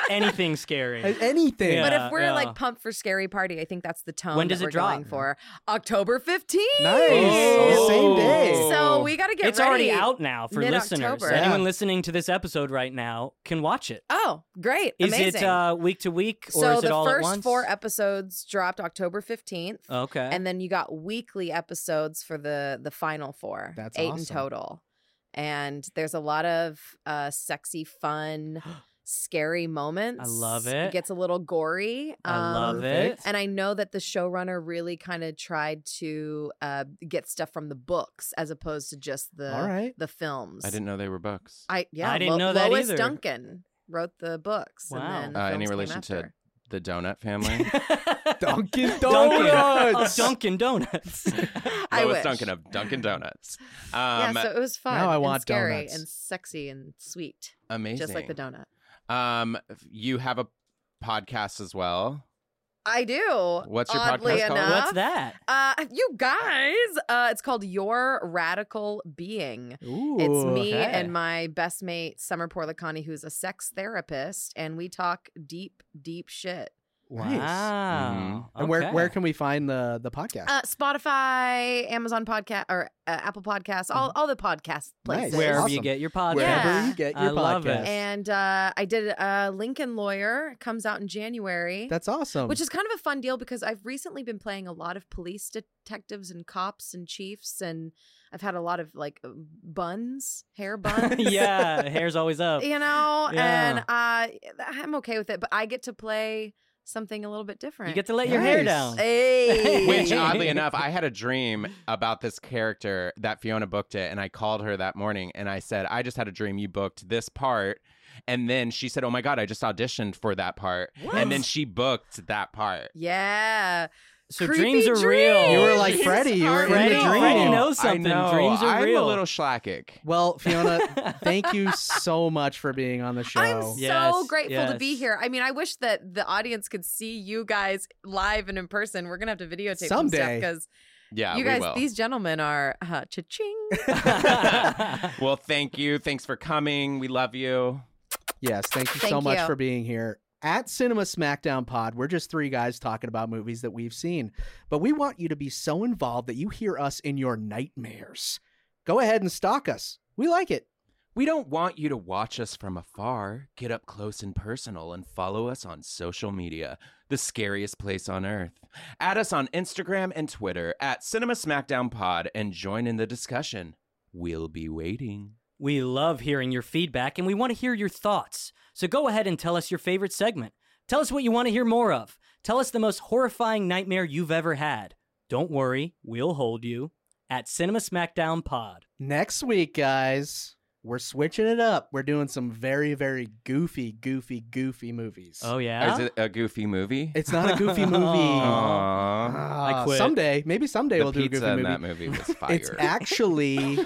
[SPEAKER 3] anything scary.
[SPEAKER 1] A- Anything.
[SPEAKER 3] Yeah.
[SPEAKER 4] But if we're
[SPEAKER 3] yeah.
[SPEAKER 4] like pumped for scary party, I think that's the tone.
[SPEAKER 3] When
[SPEAKER 4] that
[SPEAKER 3] does it
[SPEAKER 4] we're
[SPEAKER 3] drop?
[SPEAKER 4] Going for October 15th.
[SPEAKER 1] Nice.
[SPEAKER 3] Oh.
[SPEAKER 1] Same day.
[SPEAKER 2] Oh.
[SPEAKER 4] So we got to get
[SPEAKER 3] it's
[SPEAKER 4] ready.
[SPEAKER 3] already out now for listeners.
[SPEAKER 4] mid-October.
[SPEAKER 3] Anyone
[SPEAKER 1] Yeah.
[SPEAKER 3] listening to this episode right now can watch it.
[SPEAKER 4] Oh, great!
[SPEAKER 3] Is
[SPEAKER 4] Amazing.
[SPEAKER 3] it uh, week to week or
[SPEAKER 4] so
[SPEAKER 3] is it
[SPEAKER 4] the
[SPEAKER 3] all at
[SPEAKER 4] first
[SPEAKER 3] once?
[SPEAKER 4] four episodes dropped October 15th,
[SPEAKER 3] Okay.
[SPEAKER 4] and then you got weekly episodes for the the final four.
[SPEAKER 1] That's
[SPEAKER 4] eight in
[SPEAKER 1] awesome.
[SPEAKER 4] total. And there's a lot of uh, sexy, fun, scary moments.
[SPEAKER 3] love it.
[SPEAKER 4] Gets a little gory.
[SPEAKER 3] I love it.
[SPEAKER 1] perfect.
[SPEAKER 4] um, And I know that the showrunner really kind of tried to uh, get stuff from the books as opposed to just the
[SPEAKER 1] All right.
[SPEAKER 4] the films.
[SPEAKER 2] I didn't know they were books.
[SPEAKER 4] I yeah.
[SPEAKER 3] I didn't
[SPEAKER 4] Lo-
[SPEAKER 3] know that
[SPEAKER 4] Lois
[SPEAKER 3] either.
[SPEAKER 4] Duncan wrote the books.
[SPEAKER 3] Wow.
[SPEAKER 4] And then the
[SPEAKER 2] Uh, any
[SPEAKER 4] films came
[SPEAKER 2] relation to
[SPEAKER 4] after.
[SPEAKER 2] the donut family.
[SPEAKER 1] Dunkin'
[SPEAKER 3] Dunkin'.
[SPEAKER 1] Donuts.
[SPEAKER 3] Of uh, Dunkin' Donuts.
[SPEAKER 4] I
[SPEAKER 2] Lois
[SPEAKER 4] wish.
[SPEAKER 2] Duncan of Dunkin' Donuts.
[SPEAKER 4] Yeah,
[SPEAKER 2] Um,
[SPEAKER 4] so it was fun.
[SPEAKER 1] now I
[SPEAKER 4] and
[SPEAKER 1] want
[SPEAKER 4] scary
[SPEAKER 1] donuts.
[SPEAKER 4] and sexy and sweet,
[SPEAKER 2] amazing.
[SPEAKER 4] just like the donut.
[SPEAKER 2] Um, you have a podcast as well.
[SPEAKER 4] I do.
[SPEAKER 2] What's your
[SPEAKER 4] oddly
[SPEAKER 2] podcast called?
[SPEAKER 4] enough.
[SPEAKER 3] What's that?
[SPEAKER 4] Uh, you guys, uh, it's called Your Radical Being.
[SPEAKER 1] Ooh,
[SPEAKER 4] It's me
[SPEAKER 1] okay.
[SPEAKER 4] and my best mate Summer Porlacani, who's a sex therapist, and we talk deep, deep shit.
[SPEAKER 1] Nice.
[SPEAKER 3] Wow.
[SPEAKER 1] And where
[SPEAKER 3] Mm-hmm. Okay.
[SPEAKER 1] where can we find the the podcast?
[SPEAKER 4] Uh, Spotify, Amazon Podcast, or uh, Apple Podcasts, all all the podcast places.
[SPEAKER 1] Mm-hmm. Nice.
[SPEAKER 3] wherever you
[SPEAKER 1] Awesome.
[SPEAKER 3] get your podcast?
[SPEAKER 1] Wherever
[SPEAKER 4] Yeah.
[SPEAKER 1] you get
[SPEAKER 3] I
[SPEAKER 1] your podcast.
[SPEAKER 3] love it.
[SPEAKER 4] And uh, I did uh, Lincoln Lawyer It comes out in January.
[SPEAKER 1] That's awesome.
[SPEAKER 4] which is kind of a fun deal because I've recently been playing a lot of police detectives and cops and chiefs, and I've had a lot of like buns, hair buns.
[SPEAKER 3] yeah, hair's always up.
[SPEAKER 4] you know, and
[SPEAKER 3] Oh, Yeah.
[SPEAKER 4] uh, I'm okay with it. But I get to play something a little bit different.
[SPEAKER 3] You get to let your hair
[SPEAKER 1] Nice.
[SPEAKER 3] down.
[SPEAKER 4] Hey.
[SPEAKER 2] Which, oddly enough, I had a dream about this character that Fiona booked it, and I called her that morning and I said, I just had a dream you booked this part. And then she said, Oh my God, I just auditioned for that part. And then she booked that part.
[SPEAKER 4] yeah.
[SPEAKER 3] So
[SPEAKER 4] Creepy
[SPEAKER 3] dreams are real.
[SPEAKER 1] You were like
[SPEAKER 4] Dreams
[SPEAKER 1] Freddy. You were in the
[SPEAKER 4] are
[SPEAKER 3] Freddie,
[SPEAKER 4] real.
[SPEAKER 1] dream.
[SPEAKER 3] Freddie knows
[SPEAKER 2] I
[SPEAKER 3] something.
[SPEAKER 2] know.
[SPEAKER 3] Dreams are
[SPEAKER 2] I'm a
[SPEAKER 3] real.
[SPEAKER 2] little schlackic.
[SPEAKER 1] well, Fiona, thank you so much for being on the show.
[SPEAKER 4] I'm so
[SPEAKER 3] Yes,
[SPEAKER 4] grateful to be
[SPEAKER 3] yes.
[SPEAKER 4] here. I mean, I wish that the audience could see you guys live and in person. We're gonna have to videotape
[SPEAKER 1] Someday.
[SPEAKER 4] because
[SPEAKER 2] Yeah,
[SPEAKER 4] you
[SPEAKER 2] we
[SPEAKER 4] guys,
[SPEAKER 2] will.
[SPEAKER 4] these gentlemen are uh, cha-ching.
[SPEAKER 2] well, thank you. Thanks for coming. We love you.
[SPEAKER 1] Yes, thank you so
[SPEAKER 4] Thank
[SPEAKER 1] much
[SPEAKER 4] you.
[SPEAKER 1] for being here. At Cinema Smackdown Pod, we're just three guys talking about movies that we've seen, but we want you to be so involved that you hear us in your nightmares. Go ahead and stalk us. We like it.
[SPEAKER 2] We don't want you to watch us from afar. Get up close and personal and follow us on social media, the scariest place on earth. Add us on Instagram and Twitter at Cinema Smackdown Pod and join in the discussion. We'll be waiting.
[SPEAKER 3] We love hearing your feedback and we want to hear your thoughts. So go ahead and tell us your favorite segment. Tell us what you want to hear more of. Tell us the most horrifying nightmare you've ever had. Don't worry, we'll hold you at Cinema Smackdown Pod.
[SPEAKER 1] Next week, guys, we're switching it up. We're doing some very, very goofy, goofy, goofy movies.
[SPEAKER 3] Oh yeah.
[SPEAKER 2] Is it a goofy movie?
[SPEAKER 1] It's not a goofy movie.
[SPEAKER 3] Aw.
[SPEAKER 2] Aww.
[SPEAKER 1] Ah,
[SPEAKER 3] quit.
[SPEAKER 1] Someday, maybe someday
[SPEAKER 2] the
[SPEAKER 1] we'll do a
[SPEAKER 2] pizza
[SPEAKER 1] goofy
[SPEAKER 2] in
[SPEAKER 1] movie.
[SPEAKER 2] that movie was fire.
[SPEAKER 1] It's actually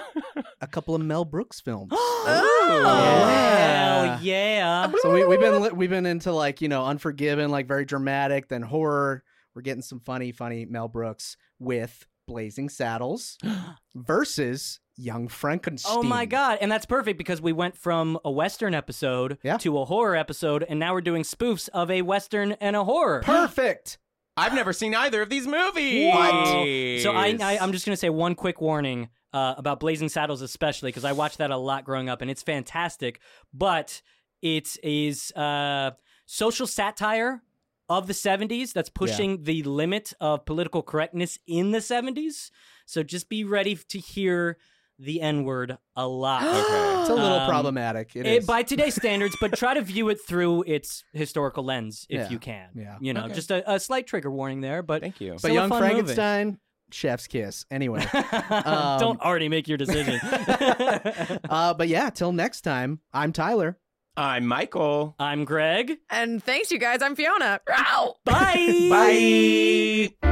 [SPEAKER 1] a couple of Mel Brooks films.
[SPEAKER 4] Oh.
[SPEAKER 3] Hell yeah.
[SPEAKER 1] So we, we've been li- we've been into like you know Unforgiven, like very dramatic, then horror. We're getting some funny, funny Mel Brooks with Blazing Saddles versus Young Frankenstein.
[SPEAKER 3] Oh my god, and that's perfect because we went from a western episode
[SPEAKER 1] Yeah.
[SPEAKER 3] to a horror episode and now we're doing spoofs of a western and a horror.
[SPEAKER 1] Perfect.
[SPEAKER 2] I've never seen either of these movies.
[SPEAKER 3] So I, I I'm just gonna say one quick warning uh, about Blazing Saddles, especially because I watched that a lot growing up, and it's fantastic. But it is uh, social satire of the 70s that's pushing the limit of political correctness in the 70s. So just be ready to hear the N word a lot.
[SPEAKER 2] Okay.
[SPEAKER 1] It's a little
[SPEAKER 3] Um,
[SPEAKER 1] problematic. It
[SPEAKER 3] Eh,
[SPEAKER 1] is.
[SPEAKER 3] by today's standards, but try to view it through its historical lens if
[SPEAKER 1] Yeah.
[SPEAKER 3] you can.
[SPEAKER 1] Yeah.
[SPEAKER 3] You know,
[SPEAKER 2] Okay.
[SPEAKER 3] just a, a slight trigger warning there, but
[SPEAKER 2] Thank you.
[SPEAKER 1] but
[SPEAKER 3] still a
[SPEAKER 1] Young
[SPEAKER 3] fun movie.
[SPEAKER 1] Frankenstein, Chef's Kiss. Anyway. Um,
[SPEAKER 3] Don't already make your decision.
[SPEAKER 1] uh, but yeah, till next time. I'm Tyler.
[SPEAKER 2] I'm Michael.
[SPEAKER 3] I'm Greg.
[SPEAKER 4] And thanks, you guys. I'm Fiona. Ow!
[SPEAKER 3] Bye.
[SPEAKER 2] Bye.